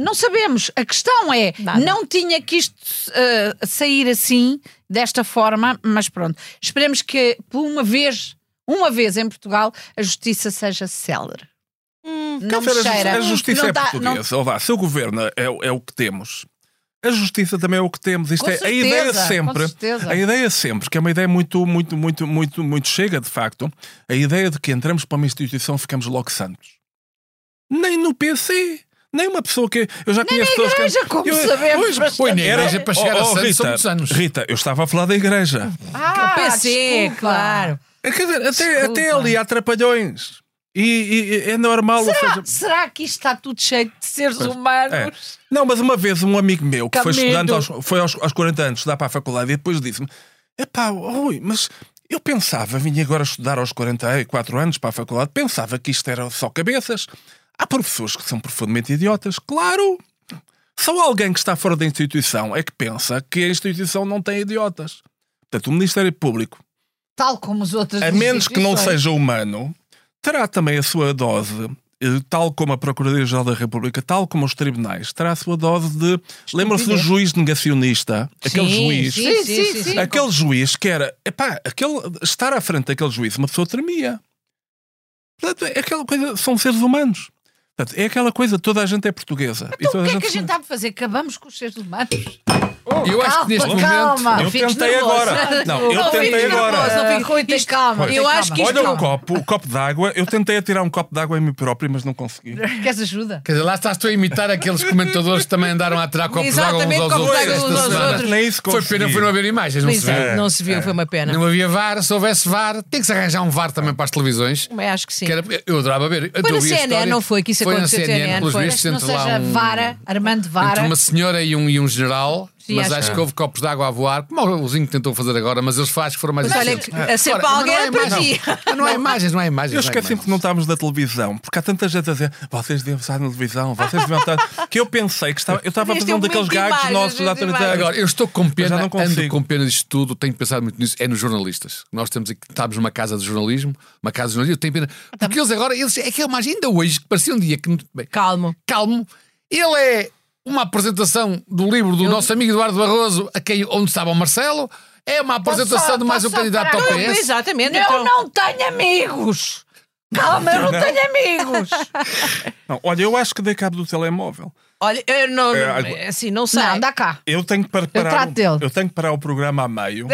S2: Não sabemos. A questão é,
S1: Nada.
S2: não tinha que isto eh, sair assim, desta forma, mas pronto. Esperemos que, por uma vez, uma vez em Portugal, a justiça seja célere. não me
S3: Hum, Quer dizer, a
S2: cheira.
S3: justi- A justiça
S2: não
S3: é
S2: dá- não-
S3: portuguesa. Ou vá, se o governo é, é o que temos, a justiça também é o que temos. Isto
S2: Com
S3: é
S2: certeza,
S3: a ideia
S2: com
S3: sempre.
S2: certeza.
S3: A ideia sempre, que é uma ideia muito, muito, muito, muito, muito chega, de facto, a ideia de que entramos para uma instituição ficamos logo santos. Nem no PC. Nem uma pessoa que. Eu já conheço pessoas que.
S2: igreja, como sabemos, mas-
S4: Pois, na igreja, para chegar a santos, são
S3: oh, Rita,
S4: muitos anos.
S3: Rita, eu estava a falar da igreja.
S2: *laughs* Ah,
S1: o PC,
S2: desculpa.
S1: claro.
S3: Quer dizer, até,
S1: Desculpa.
S3: até ali há trapalhões. E, e- e é normal. ou seja,
S2: Será que isto está tudo cheio de seres
S3: É.
S2: humanos?
S3: Não, mas uma vez um amigo meu que foi
S2: Camedo.
S3: estudante aos, foi aos, aos 40 anos estudar para a faculdade e depois disse-me: Epá, Rui, mas eu pensava, vim agora estudar aos 44 anos para a faculdade, pensava que isto era só cabeças. Há professores que são profundamente idiotas, claro! Só alguém que está fora da instituição é que pensa que a instituição não tem idiotas. Portanto, o Ministério Público
S2: Tal como os outros.
S3: a menos que não
S2: instituições.
S3: seja humano, terá também a sua dose, eh, tal como a Procuradoria-Geral da República, tal como os tribunais, terá a sua dose de. Lembram-se do juiz negacionista? Aquele
S1: Sim,
S3: juiz.
S1: sim,
S2: Sim,
S1: sim,
S2: sim,
S1: sim.
S2: sim.
S3: Aquele juiz que era. Epá, aquele, estar à frente daquele juiz, uma pessoa tremia. Portanto, é aquela coisa. São seres humanos. Portanto, é aquela coisa, toda a gente é portuguesa. E
S2: Então,
S3: toda
S2: o que é que a
S3: se-
S2: gente está a fazer? Acabamos com os seres humanos?
S4: Eu acho que neste
S2: calma.
S3: Eu
S1: Fiques
S3: tentei
S1: nervoso.
S3: agora. Não, eu
S1: Não
S3: tentei
S1: fiques
S3: agora.
S1: nervoso, não fiques-
S2: Rui, tem
S1: Isto-
S2: calma.
S1: Eu
S2: tem
S1: acho que
S2: calma.
S1: isto-
S3: Olha o copo, o copo d'água. Eu tentei atirar um copo d'água em mim próprio, mas não consegui.
S2: Queres ajuda?
S4: Quer dizer, lá estás tu a imitar aqueles comentadores que também andaram a tirar copos de água uns
S1: Exatamente,
S4: aos
S1: copos
S4: outros.
S1: de água
S2: um
S4: esta
S1: uns aos
S4: semana.
S1: outros.
S3: Nem isso
S4: Foi
S3: consegui.
S4: pena foi não haver imagens, não
S1: Pois
S4: se vê.
S1: é, não se viu, foi uma pena.
S4: Não havia VAR, se houvesse VAR, tem que se arranjar um VAR também para as televisões.
S1: Mas acho que sim.
S4: Que era, eu adorava ver.
S1: Foi na
S4: Eu vi a
S1: CNN,
S4: história.
S1: não foi? Que isso
S4: foi
S1: aconteceu na
S4: na CNN,
S1: CNN,
S4: pelos
S1: foi.
S4: vistos,
S2: Este não
S4: entre lá
S2: seja
S4: um-
S2: Vara, Armando
S4: entre
S2: Vara.
S4: uma senhora e um, e um general,
S1: Sim,
S4: mas
S1: acho
S4: acho, que houve copos de água a voar, como o Zinho tentou fazer agora, mas eles fazem que foram mais
S1: Mas olha,
S4: eficientes.
S1: que- a ser para alguém
S4: mas não há
S1: era para
S4: imagens.
S1: ti.
S4: Mas Não há imagens, não há imagens.
S3: Eu
S4: não é há
S3: esqueci
S4: imagens.
S3: que não estávamos na televisão, porque há tanta gente a dizer vocês deviam estar na televisão, vocês deviam estar. que eu pensei que estava. Eu estava a
S1: Este
S3: fazer
S1: é um
S3: um daqueles
S1: momento de
S3: gagos
S1: imagens,
S3: nossos da
S1: de imagens.
S3: televisão.
S4: Agora, eu estou com
S3: já
S4: pena,
S3: não
S4: ando
S3: consigo.
S4: com pena disto tudo, tenho pensado muito nisso, é nos jornalistas. Nós temos aqui, estamos numa casa de jornalismo, uma casa de jornalismo, eu tenho pena. Porque eles agora, eles, é que é uma ainda hoje, que parecia um dia que. Bem,
S1: Calmo.
S4: calmo, ele é uma apresentação do livro do nosso amigo Eduardo Barroso, a quem, onde estava o Marcelo, é uma apresentação
S2: só-
S4: de mais um
S2: posso só
S4: candidato ao
S2: parar?
S1: Não,
S4: PS.
S1: Exatamente.
S2: Eu
S1: então.
S2: não tenho amigos! Calma, eu não tenho amigos!
S3: Não, olha, eu acho que dei cabo do telemóvel.
S1: Olha, eu não,
S3: É, agora-
S1: assim, não sei.
S2: Não, dá cá.
S3: Eu tenho que par-
S2: Eu
S3: parar.
S2: trato
S3: o-
S2: dele.
S3: eu tenho que parar o programa a meio.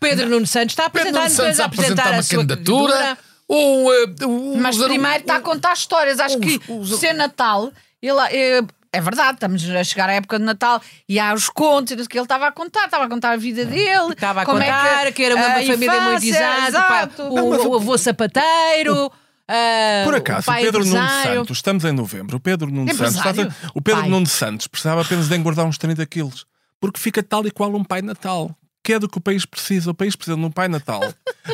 S1: Pedro Nuno Santos está a
S4: Pedro
S1: apresentar,
S4: Nuno Santos a apresentar uma
S1: sua
S4: candidatura. Um, eh, um-
S2: Mas
S4: um-
S2: primeiro está a contar histórias. Acho
S4: os-
S2: que
S4: os-
S2: ser Natal, ele. eh, É verdade, estamos a chegar à época de Natal e há os contos e não sei o que ele estava a contar, estava a contar a vida dele.
S1: Estava a
S2: como é
S1: contar que, era uma
S2: a
S1: família muito
S2: infância,
S1: exata, o pai-
S2: exato.
S1: o, o avô sapateiro. ah,
S3: Por acaso, o
S1: pai
S3: Pedro Nuno
S1: empresário.
S3: Santos, estamos em novembro, o Pedro
S2: É
S3: Nuno Santos,
S2: Empresário?
S3: está- o Pedro
S1: Pai.
S3: Nuno Santos precisava apenas de engordar uns 30 quilos, porque fica tal e qual um Pai Natal. Que é do que o país precisa. O país precisa de um Pai Natal.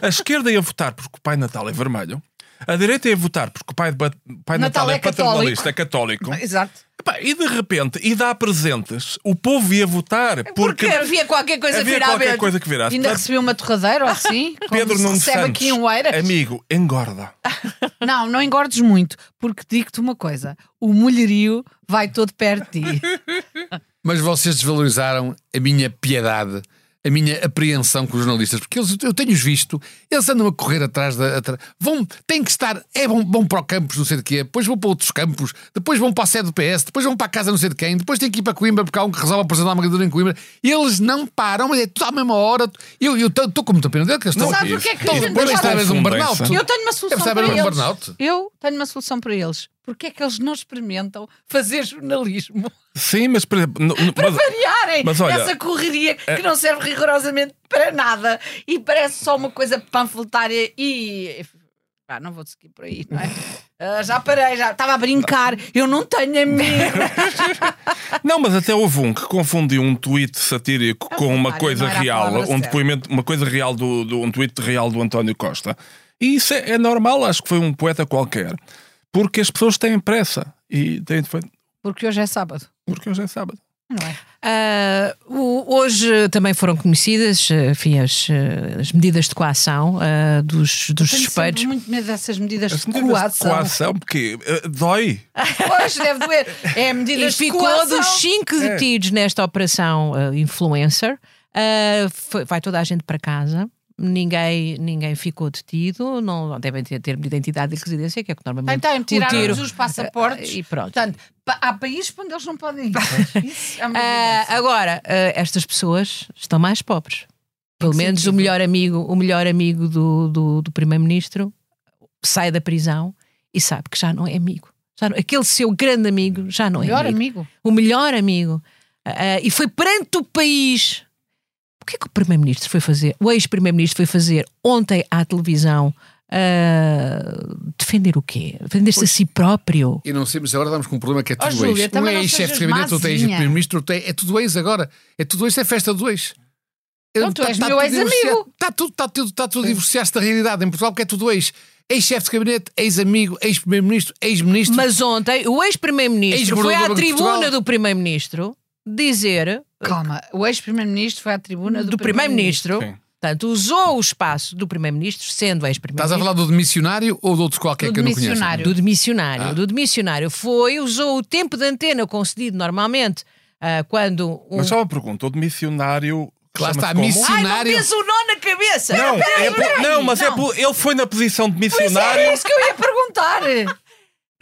S3: A esquerda ia votar porque o Pai Natal é vermelho. A direita ia votar porque o Pai, ba- pai Natal,
S2: Natal é
S3: é paternalista, é católico.
S2: Exato.
S3: Epá, e de repente, e dá presentes, o povo ia votar
S1: Porque
S3: porque,
S1: havia qualquer coisa
S3: havia
S1: finalmente.
S3: qualquer coisa que virasse.
S2: Ainda
S3: Portanto,
S2: recebi uma torradeira ou assim? como
S3: Pedro
S2: se
S3: Nuno
S2: recebe
S3: Santos,
S2: aqui um em Oeiras.
S3: amigo, engorda.
S2: Não, não engordes muito, porque digo-te uma coisa: o mulherio vai todo perto de ti.
S4: Mas vocês desvalorizaram a minha piedade, a minha apreensão com os jornalistas, porque eles, eu tenho-os visto, eles andam a correr atrás da. atra- vão, têm que estar, é bom, bom para o campus, não sei de quê, depois vão para outros campos, depois vão para a sede do PS, depois vão para a casa não sei de quem, depois têm que ir para Coimbra, porque há um que resolve apresentar uma candidatura em Coimbra. Eles não param, mas é tudo à mesma hora. Eu estou com muita pena dele, que eles estão.
S2: Sabe
S3: isso,
S2: o que é que
S3: isso.
S2: a gente
S4: Depois
S2: vai
S4: talvez um
S3: Confundem-se.
S4: burnout.
S2: Eu tenho uma solução
S4: Percebe,
S2: para
S4: era um
S2: eles.
S4: burnout.
S2: Eu tenho uma solução para eles. porque é que eles não experimentam fazer jornalismo? *laughs*
S3: Sim, mas por exemplo. no- no-
S2: Para
S3: mas-
S2: variarem
S3: mas olha-
S2: essa correria
S1: é
S2: que não serve rigorosamente para nada e parece só uma coisa panfletária e. Ah, não vou seguir por aí,
S1: *laughs*
S2: não é? Ah, já parei, já estava a brincar, eu não
S1: *laughs*
S2: tenho amigos.
S3: Não, mas até houve um que confundiu um tweet satírico
S2: Ah,
S3: com uma
S2: claro,
S3: coisa
S2: não era a
S3: real,
S2: palavra
S3: um
S2: certa.
S3: depoimento, uma coisa real do, do- um tweet real do António Costa. E isso é, é normal, acho que foi um poeta qualquer, porque as pessoas têm pressa e têm feito
S2: Porque hoje é sábado,
S3: porque hoje é sábado.
S2: não é?
S1: Ah, o- hoje também foram conhecidas ah, enfim, as, ah, as medidas de coação ah, dos, dos
S2: Tenho
S1: suspeitos.
S2: sempre muito medo dessas medidas
S3: As
S2: de
S3: medidas de
S2: coação.
S3: coação, porque eh, dói.
S2: Pois, deve doer. É medidas
S1: E
S2: de
S1: ficou
S2: coação.
S1: dos cinco
S3: É.
S1: detidos nesta operação ah, influencer. Ah, foi- vai toda a gente para casa. Ninguém, ninguém ficou detido, não devem ter termo de identidade e residência, que é o que normalmente
S2: Então,
S1: o
S2: tiraram
S1: tiro- Ah, Eh,
S2: os passaportes.
S1: e pronto.
S2: Portanto, pa- há países para onde eles
S1: *laughs*
S2: não podem ir. Isso é uma
S1: Ah,
S2: evidência.
S1: agora, ah, estas pessoas estão mais pobres. Pelo menos o melhor amigo, o melhor amigo do, do, do primeiro-ministro sai da prisão e sabe que já não é amigo. Já não- aquele seu grande amigo já não é
S2: Melhor
S1: amigo.
S2: amigo.
S1: O melhor amigo. Ah, ah, e foi perante o país. O que é que o primeiro-ministro foi fazer? O ex-primeiro-ministro foi fazer ontem à televisão ah, defender o quê? Defender-se a si próprio.
S4: E não sei, mas agora estamos com um problema
S1: Oh,
S4: que é tudo
S2: Ó, Júlia,
S4: ex. Um
S2: também
S4: é
S2: não
S4: ex-chefe de
S2: sejas
S4: gabinete, outro é
S2: mazinha.
S4: ex-primeiro-ministro, outro é, é tudo ex agora. É tudo ex, é festa do ex. tá-
S2: Então, tu és meu ex-amigo.
S4: Está tá tudo, está tudo, está tudo divorciar-se da realidade em Portugal, porque é tudo ex. Ex-chefe de gabinete, ex-amigo, ex-primeiro-ministro, ex-ministro.
S1: Mas ontem o ex-primeiro-ministro
S4: Ex-governador
S1: foi
S4: do
S1: à
S4: Banco de
S1: tribuna
S4: Portugal.
S1: do primeiro-ministro dizer
S2: Calma, o ex-primeiro-ministro foi à tribuna
S1: do,
S2: do,
S1: primeiro-ministro,
S3: Sim.
S1: portanto, usou o espaço do primeiro-ministro, sendo
S4: Estás a
S1: ex-primeiro-ministro,
S4: falar do demissionário ou de outro qualquer
S2: Do
S4: que eu não conheço?
S2: demissionário.
S1: do demissionário.
S4: Ah.
S1: Do demissionário foi, usou o tempo de antena concedido normalmente ah, quando um.
S3: Mas só uma pergunta: o missionário.
S4: Que lá está,
S3: chama-se como?
S4: missi-
S1: Ai, não
S4: Missionário.
S1: tens o nó na cabeça!
S3: Não,
S1: Peraí,
S3: é
S1: peraí.
S3: por- não, mas é
S2: Ah, não.
S3: por- ele foi na posição de missionário.
S2: Era isso que eu
S1: *laughs*
S2: ia perguntar.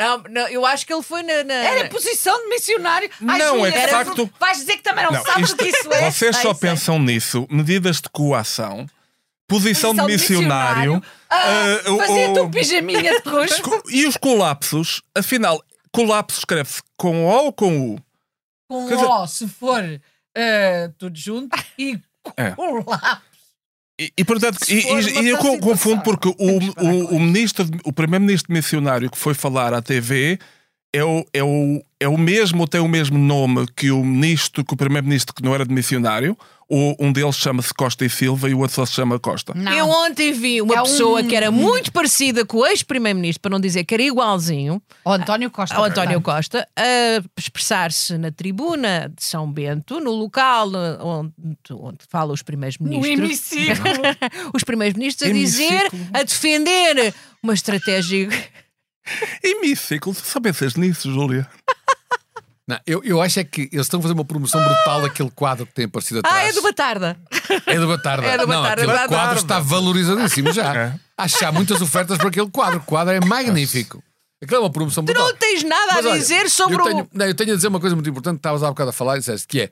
S1: Não, não, eu acho que ele foi na. na-
S2: Era posição de missionário. Ai,
S3: Não,
S2: Júlia,
S3: é de
S2: era-
S3: facto-
S2: Vais dizer que também um- não,
S3: Não,
S2: sabes
S3: isto-
S2: o que isso é.
S3: Vocês só
S2: Ai, sei.
S3: pensam nisso. Medidas de coação, posição, de missionário,
S2: Ah,
S3: ah, o-
S2: Fazia-te
S3: o-
S2: um pijaminha de roxo.
S3: co- e os colapsos. Afinal, colapso escreve-se com O ou com U?
S2: *laughs* Com
S3: Quer dizer-
S2: O, se for ah, tudo junto, e
S3: É.
S2: com lá.
S3: E, e, portanto,
S2: Se
S3: e,
S2: for
S3: e-
S2: uma
S3: e eu
S2: tal
S3: co-
S2: situação.
S3: confundo porque o,
S2: Temos que parar
S3: o, o ministro, de- o primeiro-ministro missionário que foi falar à TV é o, é o, é o mesmo, tem o mesmo nome que o ministro, que o primeiro-ministro que não era de missionário, ou um deles chama-se Costa e Silva e o outro só se chama Costa.
S2: Hum.
S1: Eu ontem vi uma
S2: É um-
S1: pessoa que era muito parecida com o ex-primeiro-ministro, para não dizer que era igualzinho,
S2: O António Costa.
S1: ao Ah, António
S2: portanto.
S1: Costa a expressar-se na tribuna de São Bento, no local eh, onde, onde falam os primeiros
S2: No
S1: ministros.
S2: hemiciclo.
S1: *laughs* os primeiros ministros a dizer,
S3: Hemiciclo.
S1: a defender uma estratégia.
S3: Hemiciclo, tu só pensas nisso, Júlia?
S4: Não, eu, eu acho é que eles estão a fazer uma promoção brutal daquele quadro que tem aparecido atrás.
S1: Ah, é do Batarda.
S4: É do Batarda.
S1: É do
S4: não,
S1: Batarda,
S4: aquele
S1: Batarda.
S4: quadro está valorizadíssimo já.
S3: É.
S4: Acho que há muitas ofertas para aquele quadro. O quadro é magnífico. Aquela é uma promoção
S1: Tu
S4: brutal.
S1: não tens nada
S4: Mas
S1: a
S4: olha,
S1: dizer sobre
S4: eu tenho,
S1: o.
S4: não, eu tenho a dizer uma coisa muito importante que estavas há bocado a falar e disseste, que é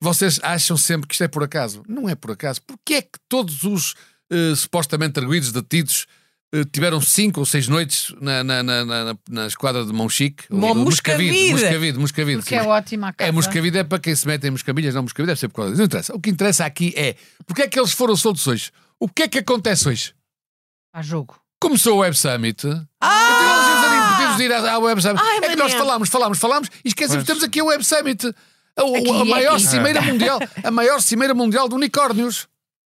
S4: vocês acham sempre que isto é por acaso. Não é por acaso. Porquê é que todos os eh, supostamente arguídos detidos eh, tiveram cinco ou seis noites na, na, na, na, na- na esquadra de Monchique? Ou-
S1: Bom,
S4: ou Moscavide.
S1: Moscavide.
S4: Moscavide, Moscavide,
S2: Porque
S4: sim.
S2: é ótima a
S4: É,
S2: casa.
S4: moscavide é para quem se mete em moscabilhas, não moscavide, deve ser por causa disso. Não interessa. O que interessa aqui é porque é que eles foram soltos hoje? O que é que acontece hoje?
S2: Há jogo.
S4: Começou o Web Summit.
S1: Ah!
S2: Ah!
S4: Então eles já serem impedidos de ir à, à Web Summit.
S1: Ai,
S4: é que nós
S1: Manel.
S4: falámos, falámos, falámos e esquecemos que temos aqui o Web Summit. A, o-
S2: Aqui,
S4: a maior
S2: aqui.
S4: cimeira mundial, a maior cimeira mundial de unicórnios.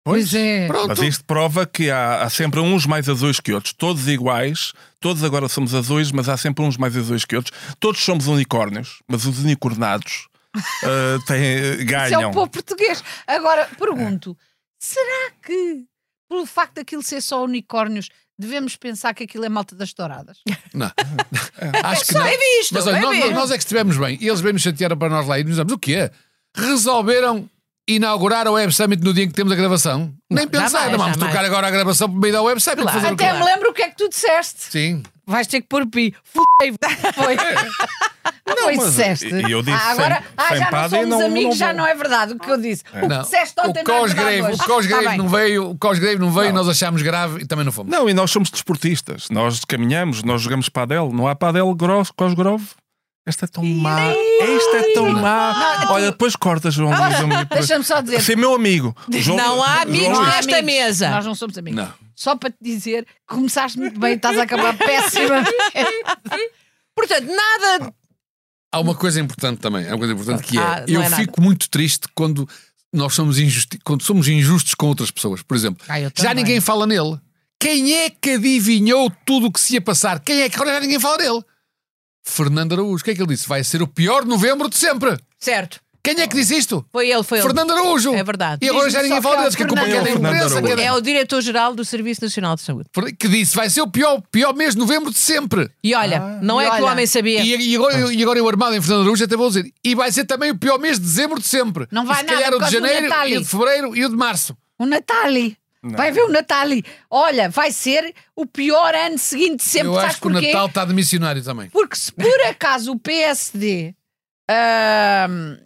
S2: Pois é.
S4: Pronto.
S3: Mas isto prova que há, há sempre uns mais azuis que outros, todos iguais, todos agora somos azuis, mas há sempre uns mais azuis que outros. Todos somos unicórnios, mas os
S2: *laughs*
S3: unicornados ah, têm-
S2: Isso é
S3: ganham.
S2: o povo português. Agora, pergunto: será que, pelo facto daquilo ser só unicórnios, devemos pensar que aquilo é malta das douradas?
S4: Não. Acho que não.
S1: É visto,
S4: Mas olha,
S1: é
S4: nós,
S1: visto.
S4: nós é que estivemos bem. E eles bem nos chatearam para nós lá e nos damos o quê? Resolveram inaugurar a Web Summit no dia em que temos a gravação? Nem
S1: jamais,
S4: pensar, não vamos
S1: jamais.
S4: trocar agora a gravação por meio da Web Summit.
S1: Claro.
S4: fazer o quê?
S2: Até me lembro o que é que tu é disseste.
S4: Sim.
S2: Vais ter que pôr pi. F
S3: *laughs*
S2: Foi. Não, foi
S3: mas-
S2: disseste.
S3: e- e eu disse
S2: ah, agora,
S3: sem-
S2: ah,
S3: sem
S2: já não
S3: padre,
S2: somos
S3: não-
S2: amigos,
S3: não
S2: já
S3: vou. Ah,
S2: não é verdade o que eu disse. O que disseste ontem
S4: o
S2: não é verdade
S4: Cosgrave,
S2: hoje.
S4: o Cosgrave
S2: Tá bem.
S4: não veio, o Cosgrave não veio, nós achámos grave e também não fomos.
S3: Não, e nós somos desportistas. Nós caminhamos, nós jogamos padel. Não há padel grosso, Cosgrove. Esta é tão má. Esta é tão má. Olha, depois cortas, João Luís.
S2: *laughs*
S3: amigo, depois.
S2: Deixa-me só dizer.
S3: Sim, Assim, meu amigo. João-
S1: Não há amigos
S3: João
S2: Não há
S3: Luís.
S1: nesta mesa.
S2: Nós não somos amigos.
S4: Não.
S2: Só para te dizer que começaste muito bem e estás a
S3: *laughs*
S2: acabar péssima.
S1: Portanto, nada.
S4: Há uma coisa importante também, há uma coisa importante que é,
S1: Ah, não
S4: eu
S1: é nada.
S4: fico muito triste quando nós somos injusti quando somos injustos com outras pessoas, por exemplo.
S2: Ah, eu
S4: já
S2: também.
S4: ninguém fala nele. Quem é que adivinhou tudo o que se ia passar? Quem é que agora já ninguém fala dele? Fernando Araújo, o que é que ele disse? Vai ser o pior novembro de sempre.
S1: Certo.
S4: Quem é que disse isto?
S1: Foi ele, foi ele.
S4: Fernando Araújo.
S1: É verdade.
S4: E agora já
S2: Diz-me só
S4: ninguém
S2: quem
S4: fala
S2: é o
S4: deles, que a culpa é da
S3: Fernando
S4: imprensa, que é da-
S1: É o diretor-geral do Serviço Nacional de Saúde.
S4: que disse vai ser o pior, pior mês de novembro de sempre.
S1: E olha, não
S2: E
S1: é que o
S2: olha.
S1: homem sabia.
S4: Ah, E, e
S3: Ah.
S4: agora, e agora eu armado em Fernando Araújo até vou dizer. E vai ser também o pior mês de dezembro de sempre.
S2: Não vai
S4: e se
S2: nada,
S4: calhar
S2: por
S4: o de
S2: causa do
S4: janeiro,
S2: Natal.
S4: e o de fevereiro e o de março.
S2: O Natali. Vai ver o Natali. Olha, vai ser o pior ano seguinte de sempre.
S4: eu
S2: Sabes
S4: acho que o
S2: porquê?
S4: Natal está de missionário também.
S2: Porque se por acaso o PSD. ahm,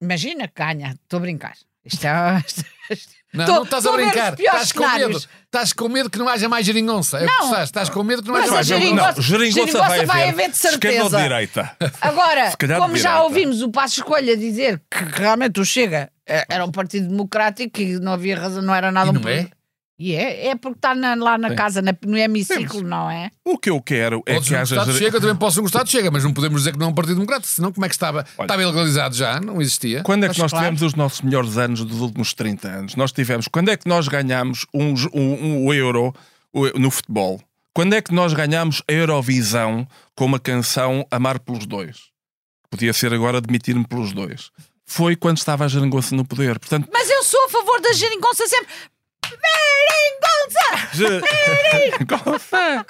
S2: imagina que ganha. Estou a brincar. Isto
S4: *laughs*
S2: é. isto- isto-
S4: Não,
S2: Tô-
S4: não estás a
S2: tô ver os
S4: brincar.
S2: piores
S4: Estás com
S2: cenários.
S4: medo. Estás com medo que não haja mais geringonça. É o que
S2: Não.
S4: estás. Estás com medo que não
S2: Mas
S4: haja
S2: a
S4: mais
S2: geringonça-
S3: Não,
S4: geringonça.
S3: geringonça
S2: geringonça
S3: vai,
S2: vai haver de certeza.
S3: Esquerda ou direita?
S2: Agora,
S3: Se calhar
S2: como já
S3: direita.
S2: ouvimos o Passo Escolha dizer que realmente o Chega eh, era um partido democrático e não havia razão, não era nada
S4: E
S2: um
S4: não é?
S2: partido- E é, é porque está na- lá na casa, na- no hemiciclo, não é?
S3: O que eu quero é
S4: Podes
S3: que
S4: não
S3: haja.
S4: gostar de
S3: gere-
S4: chega, eu também posso não gostar de chega, mas não podemos dizer que não é um partido democrático, senão como é que estava?
S3: Olha.
S4: estava ilegalizado já, não existia.
S3: Quando é que
S2: Mas
S3: nós
S2: claro.
S3: tivemos os nossos melhores anos dos últimos 30 anos? Nós tivemos. Quando é que nós ganhámos um, jo- um- um euro o- no futebol? Quando é que nós ganhámos a Eurovisão com uma canção Amar pelos Dois? Podia ser agora Demitir-me pelos Dois. Foi quando estava a Geringonça no poder. Portanto,
S2: Mas eu sou a favor da geringonça sempre. Geringonça!
S3: *laughs* Geringonça!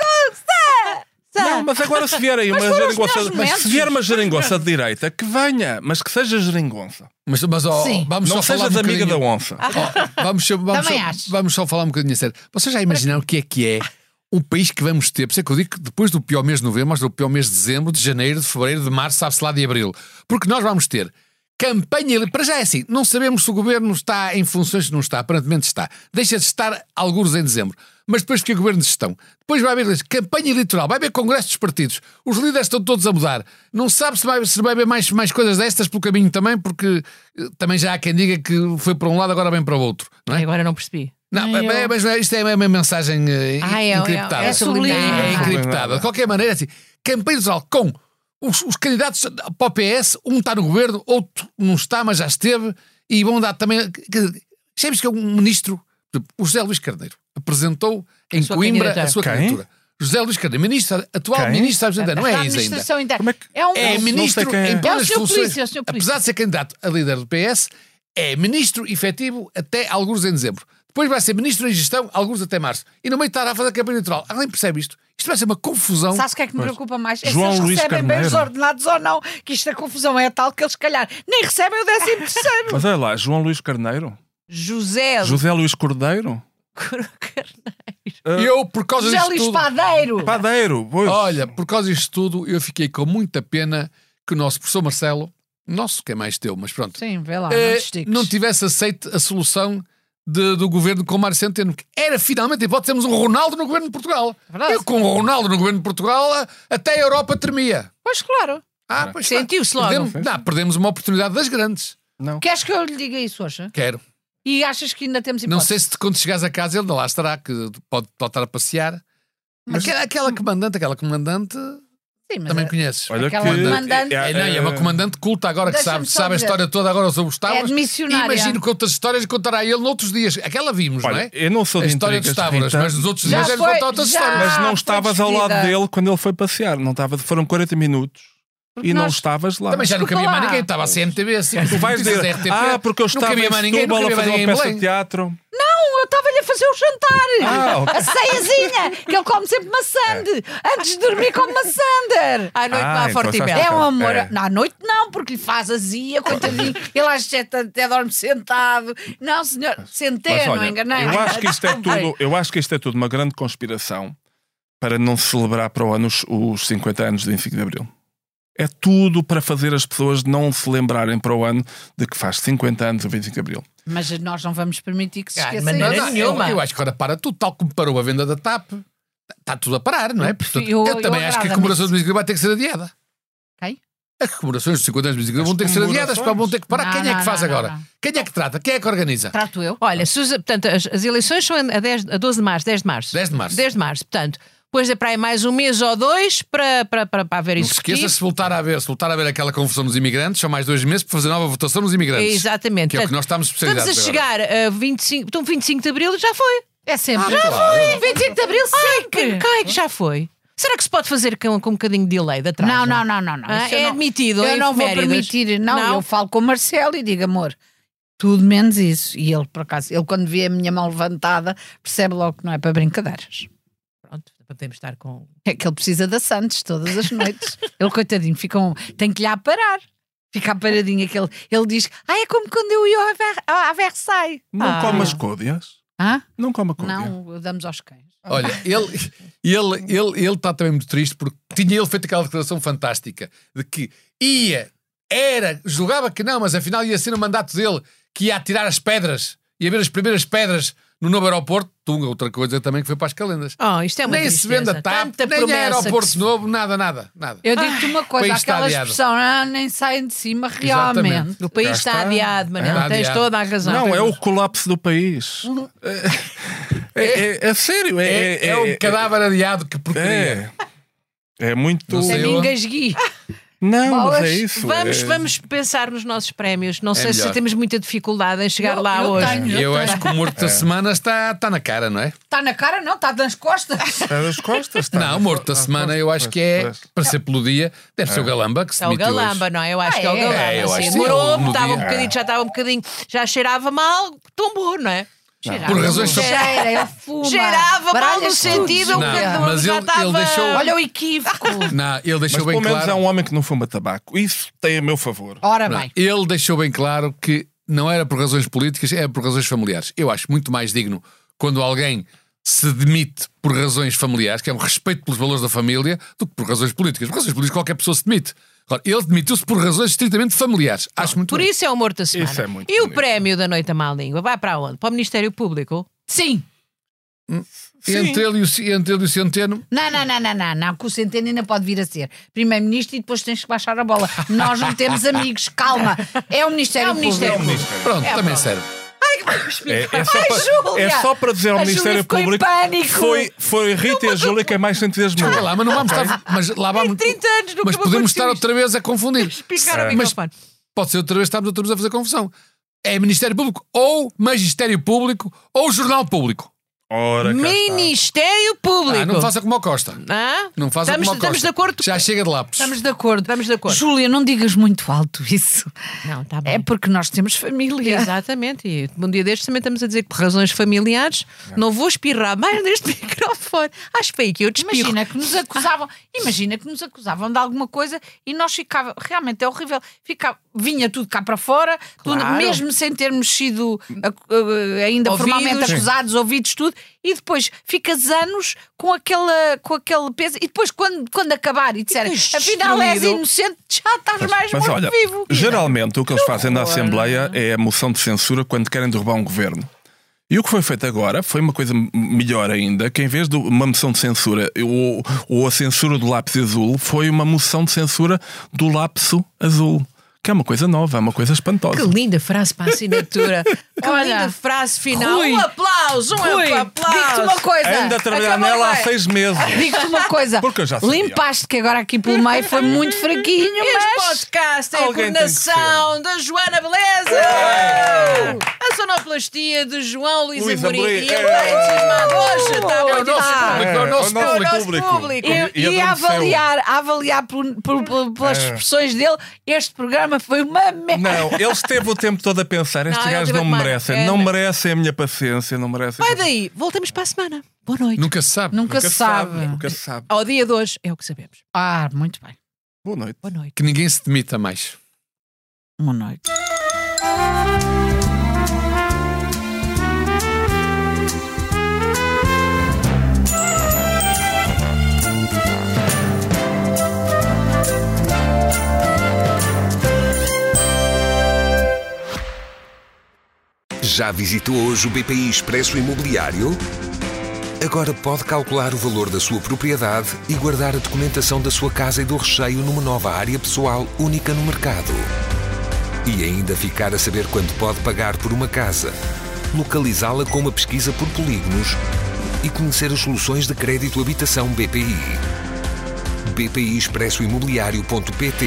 S3: Não, mas agora se vier aí uma
S2: foram os
S3: geringonça.
S2: melhores
S3: Mas se vier uma geringonça de direita, que venha, mas que seja geringonça.
S4: Mas, mas ó,
S2: Sim.
S4: vamos
S3: Não
S4: só falar
S3: sejas
S4: um
S3: amiga da
S4: bocadinho-
S3: onça.
S2: Ah,
S4: Oh, vamos, só- vamos,
S2: Também
S4: só,
S2: acho.
S4: vamos só falar um bocadinho a sério. Vocês já imaginaram o que é que é um país que vamos ter? Por isso é que eu digo que depois do pior mês de novembro, mas do pior mês de dezembro, de janeiro, de fevereiro, de março, sabe-se lá de abril. Porque nós vamos ter campanha. ele- Para já é assim, não sabemos se o governo está em funções, se não está, aparentemente está. Deixa de estar alguns em dezembro. Mas depois fica o governo de gestão. Depois vai haver campanha eleitoral, vai haver congresso dos partidos. Os líderes estão todos a mudar. Não se sabe se vai, se vai haver mais, mais coisas destas pelo caminho também, porque eh, também já há quem diga que foi para um lado, agora vem para o outro. Não é?
S1: Agora não percebi.
S4: Não,
S2: Nem
S4: mas,
S2: eu.
S4: mas isto é uma mensagem eh,
S1: Ah, é-
S4: encriptada.
S1: é- é
S2: subliminar.
S4: É,
S2: Ah.
S4: encriptada. De qualquer maneira, assim, campanha eleitoral com os, os candidatos para o PS, um está no governo, outro não está, mas já esteve, e vão dar também. que- Sabes que é um ministro, o José Luís Carneiro, apresentou em
S1: sua
S4: Coimbra a
S1: candidatura.
S4: sua
S3: Quem?
S4: candidatura. José Luís Carneiro, ministro, atual
S3: Quem?
S4: ministro, sabes, não
S2: Da
S4: é isso ainda.
S2: administração interna.
S3: é que-
S2: É um
S4: É
S3: Não sei
S4: ministro
S3: quem é.
S4: em plenas
S2: É o Sr.
S4: funções.
S2: Polícia, é o Sr. Polícia.
S4: Apesar de ser candidato a líder do PS, é ministro efetivo até alguns em dezembro. Depois vai ser ministro em gestão, alguns até março. E no meio estará a fazer campanha eleitoral. Alguém percebe isto? Isto vai ser uma confusão.
S2: Sabes o que é que me preocupa mais? É
S3: João
S2: se eles
S3: Luís
S2: recebem bem os
S3: Carneiro.
S2: ordenados ou não. Que isto a confusão é tal que eles, se calhar, nem recebem o décimo
S4: *laughs*
S2: terceiro.
S3: Mas olha lá, João Luís Carneiro?
S1: José,
S3: José Luís Cordeiro?
S4: E Eu, por causa
S2: José
S4: disto
S2: Luís
S4: tudo...
S2: Padeiro.
S3: Padeiro, pois.
S4: Olha, por causa disto tudo, eu fiquei com muita pena que o nosso professor Marcelo, nosso, quem mais deu, mas pronto,
S2: Sim, vê lá,
S4: eh,
S2: não te estiques.
S4: não tivesse aceito a solução de- do governo com o Mário Centeno, que era finalmente, pode termos um Ronaldo no governo de Portugal.
S2: É Verdade.
S4: Eu, com o Ronaldo no governo de Portugal, a- até a Europa tremia.
S2: Pois claro.
S4: Ah, pois está.
S1: sentiu-se logo.
S4: Perdemos, não, perdemos uma oportunidade das grandes.
S3: Não.
S2: Queres que eu lhe diga isso hoje?
S4: Quero.
S2: E achas que ainda temos hipótese?
S4: Não sei se te- quando chegares a casa ele não lá estará, que pode, pode estar a passear. Mas aquela, aquela comandante, aquela comandante,
S2: Sim, mas
S4: também
S2: é-
S4: conheces.
S3: Olha
S2: Aquela comandante-
S4: É, não, e é uma comandante culta agora que
S2: Deixa-me
S4: sabe,
S2: só
S4: sabe a
S2: dizer.
S4: história toda agora sobre os
S2: É
S4: tábuas.
S2: de missionária.
S4: Imagino que outras histórias contará a ele noutros dias. Aquela vimos, não
S3: Olha,
S4: é?
S3: eu não sou
S4: A
S3: de
S4: história dos
S3: intrigas,
S4: tábuas,
S3: Rita,
S4: mas nos outros
S2: Já
S4: dias ele
S2: foi-
S4: conta outras
S2: já-
S4: histórias.
S3: mas não
S2: foi
S3: estavas ao lado
S2: despedida.
S3: dele quando ele foi passear. Não estava, foram 40 minutos e não
S2: nós-
S3: estavas lá.
S4: Também já não
S2: Desculpa
S4: cabia mais
S2: lá.
S4: ninguém, estava a CMTV, assim,
S3: Tu vais
S4: notícias
S3: dizer,
S4: da RTP.
S3: ah, porque eu
S4: não
S3: estava
S4: cabia
S3: em
S4: mais ninguém, não
S3: Setúbal a
S4: cabia mais
S3: fazer uma
S4: ninguém em
S3: peça
S4: Belém.
S3: de teatro.
S2: Não, eu estava-lhe a fazer o jantar.
S3: Ah, ok. É.
S2: A ceiazinha, que ele come sempre maçande. Antes de dormir, come maçande.
S1: À noite
S3: Ah,
S1: lá a
S3: então
S1: Forte
S3: sabes-
S2: É
S1: Bela.
S2: um amor.
S3: É.
S2: Na noite não, porque lhe faz azia, coitadinho. Ele às sete até dorme sentado. Não, senhor, sentei,
S3: Mas
S2: não
S3: olha,
S2: enganei. *laughs*
S3: eu acho que isto é
S2: Desculpem.
S3: tudo, eu acho que isto é tudo uma grande conspiração para não se celebrar para o ano os, os 50 anos de 25 de Abril. É tudo para fazer as pessoas não se lembrarem para o ano de que faz 50 anos o 25 de Abril.
S2: Mas nós não vamos permitir que se
S1: Ah, de
S2: esqueça
S1: maneira
S2: isso.
S1: nenhuma. nenhuma.
S4: Eu, eu acho que agora para tudo, tal como parou a venda da TAP, está tudo a parar, não é? Portanto, eu,
S2: eu- eu
S4: também acho que a
S2: agrada-me
S4: comemoração do Bicicleta vai ter que ser adiada.
S2: Quem?
S4: As comemorações dos 50 anos de Bicicleta vão ter que ser adiadas, porque vão ter que parar.
S2: Não,
S4: Quem é que
S2: não,
S4: faz
S2: não,
S4: agora?
S2: não, não.
S4: Quem é que trata? Quem é que organiza?
S2: Trato eu.
S1: Olha, Susa, portanto, as, as eleições são a, 10 a 12 de março, 10 de março.
S4: 10 de março.
S1: 10 de março, portanto, depois é para aí mais um mês ou dois para, para, para, para haver
S4: Não se
S1: isso.
S4: esqueça se voltar a haver, se voltar a haver aquela confusão dos imigrantes, são mais dois meses para fazer nova votação nos imigrantes.
S1: Exatamente.
S4: Que é o que
S1: Portanto,
S4: nós estamos
S1: Estamos
S4: especializados
S1: a
S4: agora.
S1: chegar a 25, então 25 de Abril já foi.
S2: É sempre.
S4: Ah, claro.
S2: 25 de Abril
S1: Ai, é que
S2: sempre.
S1: cai, já foi. Será que se pode fazer com, com um bocadinho de delay de atrás?
S2: Não, não, não, não. não.
S1: Ah,
S2: Isso eu
S1: é
S2: não-
S1: admitido,
S2: Eu
S1: em
S2: não vou
S1: efemérides.
S2: permitir. Não,
S1: Não?
S2: eu falo com o Marcelo e digo, amor, tudo menos isso. E ele, por acaso, ele quando vê a minha mão levantada, percebe logo que não é para brincadeiras.
S1: Pronto, podemos estar com.
S2: É que ele precisa da Santos todas
S1: *laughs*
S2: as noites. ele, coitadinho, fica um... tem que lhe parar. Fica a paradinha que ele, ele diz: Ah, é como quando eu ia ao Ver- ao- a Versailles.
S3: Não
S1: Ah.
S3: coma as côdeas.
S2: Hã?
S3: Não coma côdea.
S2: Não, damos aos cães.
S4: Olha, ele está ele, ele, ele está também muito triste porque tinha ele feito aquela declaração fantástica de que ia, era, julgava que não, mas afinal ia ser o mandato dele que ia atirar as pedras, ia ver as primeiras pedras no novo aeroporto. Tunga, outra coisa também que foi para as calendas.
S1: Oh, isto é uma
S4: nem se vende
S1: tristeza.
S4: a TAP,
S1: Tanta
S4: nem é
S1: promessa
S4: aeroporto
S1: que se-
S4: novo, nada, nada, nada.
S2: Eu digo-te
S1: Ah,
S2: uma coisa,
S4: país está
S2: aquela
S4: adiado.
S2: expressão, ah, nem saem de cima
S4: Exatamente.
S2: realmente.
S1: O país
S3: Já
S1: está,
S3: está.
S1: adiado, Manel.
S4: Está
S1: Tens
S4: adiado.
S1: toda a razão.
S3: Não, é o colapso do país. É, é- é sério. É,
S4: É, é um cadáver adiado que porcaria.
S3: É. É muito.
S4: Não
S2: Até
S4: sei.
S2: me
S4: eu-
S2: engasgui.
S3: Não, mas é
S2: Bolas.
S3: isso.
S1: Vamos,
S3: é-
S1: vamos pensar nos nossos prémios. Não sei se
S4: É melhor.
S1: temos muita dificuldade em chegar
S2: Eu-
S1: lá
S2: eu
S1: hoje.
S2: tenho.
S4: E Eu acho que o morto da semana está, está na cara, não é?
S1: Tá
S2: Está na cara, não, está nas costas.
S3: Está nas costas. está
S4: Não,
S3: nas
S4: o morto da
S3: costas,
S4: semana eu acho que é,
S3: ah, pois,
S4: para ser pelo dia, deve ser o Galamba que se
S1: É o
S4: demitiu hoje.
S1: Galamba, não é? Eu acho
S2: Ah,
S1: que é o
S2: é?
S1: Galamba.
S4: É, eu
S1: sim.
S4: acho que sim.
S1: Demorou,
S4: Algum
S1: estava um
S4: dia.
S1: bocadinho, já estava um bocadinho, já cheirava mal, tombou, não é?
S4: Por razões só-
S2: Cheira, ele fuma.
S1: Cheirava mal
S2: Baralha
S1: no
S2: tudo.
S1: sentido, um
S4: Não,
S1: bocadinho,
S4: mas
S1: já
S4: ele-
S1: estava.
S4: ele deixou-
S2: Olha o equívoco.
S4: Não, ele
S3: Mas
S4: deixou
S3: pelo
S4: bem
S3: menos há
S4: claro.
S3: um homem que não fuma tabaco. Isso tem a meu favor.
S2: Ora
S4: Não,
S2: bem.
S4: ele deixou bem claro que não era por razões políticas, era por razões familiares. Eu acho muito mais digno quando alguém se demite por razões familiares, que é um respeito pelos valores da família, do que por razões políticas. Por razões políticas qualquer pessoa se demite. Agora, ele demitiu-se por razões estritamente familiares. Acho muito
S1: Por
S4: bem.
S1: isso é o morto da semana.
S3: Isso é muito
S1: e o
S3: bonito.
S1: prémio da noite à má língua? Vai para onde? Para o Ministério Público?
S2: Sim.
S4: Entre ele, e o, C- entre ele e o Centeno,
S2: Não, não, não, não, não, não, que o Centeno ainda pode vir a ser primeiro-ministro e depois tens que baixar a bola. Nós não temos amigos, calma. É o Ministério
S1: É o Ministério
S2: Público.
S4: pronto, também serve.
S3: É, é só para,
S2: Júlia!
S3: é só para dizer ao
S2: A Júlia
S3: Ministério
S2: ficou em
S3: Público
S2: pânico.
S3: foi, foi Rita e a Júlia que é mais se entusiasmou.
S4: Olha lá, mas não vamos estar. Mas, lá vamos,
S1: 30 anos nunca
S4: mas
S1: me
S4: podemos
S1: aconteceu
S4: estar
S1: isto.
S4: outra vez a confundir.
S1: Picar
S3: É.
S1: o microfone.
S4: Pode ser outra vez, estamos outra vez a fazer confusão. É Ministério Público ou Magistério Público ou Jornal Público.
S3: Ora, cá está.
S1: Ministério Público.
S4: Ah, não faça como o Costa.
S1: Ah?
S4: Não faça
S1: estamos,
S4: como o Costa.
S1: estamos de acordo?
S4: Já chega de lápis.
S2: Estamos de acordo.
S1: Estamos de acordo.
S2: Júlia, não digas muito alto isso.
S1: Não, está bem.
S2: É porque nós temos família.
S1: Exatamente, e um dia destes também estamos a dizer que por razões familiares não vou espirrar mais neste *laughs* microfone. Acho bem que eu despirro.
S2: Imagina que nos acusavam, imagina que nos acusavam de alguma coisa e nós ficava, realmente é horrível, ficava, vinha tudo cá para fora, tudo,
S1: Claro.
S2: mesmo sem termos sido acu- eh, ainda
S1: Ouvidos.
S2: formalmente
S1: Sim.
S2: acusados, ouvidos tudo, e depois ficas anos com aquela com aquele peso e depois quando quando acabar e disserem,
S1: Ficas
S2: afinal és
S1: destruído."
S2: inocente, já estás mais
S3: Mas
S2: morto
S3: olha,
S2: vivo.
S3: geralmente o que eles fazem na Assembleia é a moção de censura quando querem derrubar um governo. E o que foi feito agora foi uma coisa m- melhor ainda, que em vez de uma moção de censura ou, ou a censura do lápis azul, foi uma moção de censura do lapso azul. Que é uma coisa nova, é uma coisa espantosa.
S1: Que linda frase para a
S2: *laughs*
S1: assinatura. que
S2: Olha,
S1: linda frase final.
S2: Rui,
S1: um aplauso, um
S2: Rui,
S1: aplauso.
S2: digo-te uma coisa.
S1: é.
S3: Ainda a trabalhar
S2: Acabou
S3: nela há
S2: bem.
S3: seis meses.
S2: Digo-te uma coisa,
S3: Porque eu já sabia.
S2: limpaste que agora aqui pelo meio foi muito fraquinho,
S1: Este
S2: mas
S1: podcast é a
S3: Alguém tem que
S1: coordenação da Joana Beleza. A sonoplastia de João Luís
S3: Luís
S1: Amorim.
S3: Amorim.
S1: E ele vai tá entusiasmado hoje. Está
S4: É o
S1: muito bem.
S4: nosso público, é o nosso
S1: É o
S4: público.
S1: nosso público.
S2: Eu-
S3: E- e
S2: e a
S3: adormeceu.
S2: avaliar, a avaliar por- por- por- pelas expressões dele, este programa foi uma merda.
S3: É. Não, ele esteve o tempo todo a pensar: estes
S1: Não, ele
S3: gajos
S1: teve
S3: não
S1: a
S3: me
S1: tomar
S3: merecem,
S1: café,
S3: não
S1: né?
S3: merecem a minha paciência, não merecem.
S1: Vai daí. Voltamos para a semana. Boa noite.
S4: Nunca se sabe.
S2: Nunca se sabe.
S3: Nunca se sabe.
S1: Ao dia de hoje é o que sabemos.
S2: Ah, muito bem.
S3: Boa noite.
S1: Boa noite.
S4: Que ninguém se demita mais.
S2: Boa noite.
S5: Já visitou hoje o BPI Expresso Imobiliário? Agora pode calcular o valor da sua propriedade e guardar a documentação da sua casa e do recheio numa nova área pessoal única no mercado. E ainda ficar a saber quanto pode pagar por uma casa, localizá-la com uma pesquisa por polígonos e conhecer as soluções de crédito habitação BPI. bpiexpressoimobiliario.pt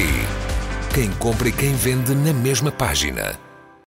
S5: Quem compra e quem vende na mesma página.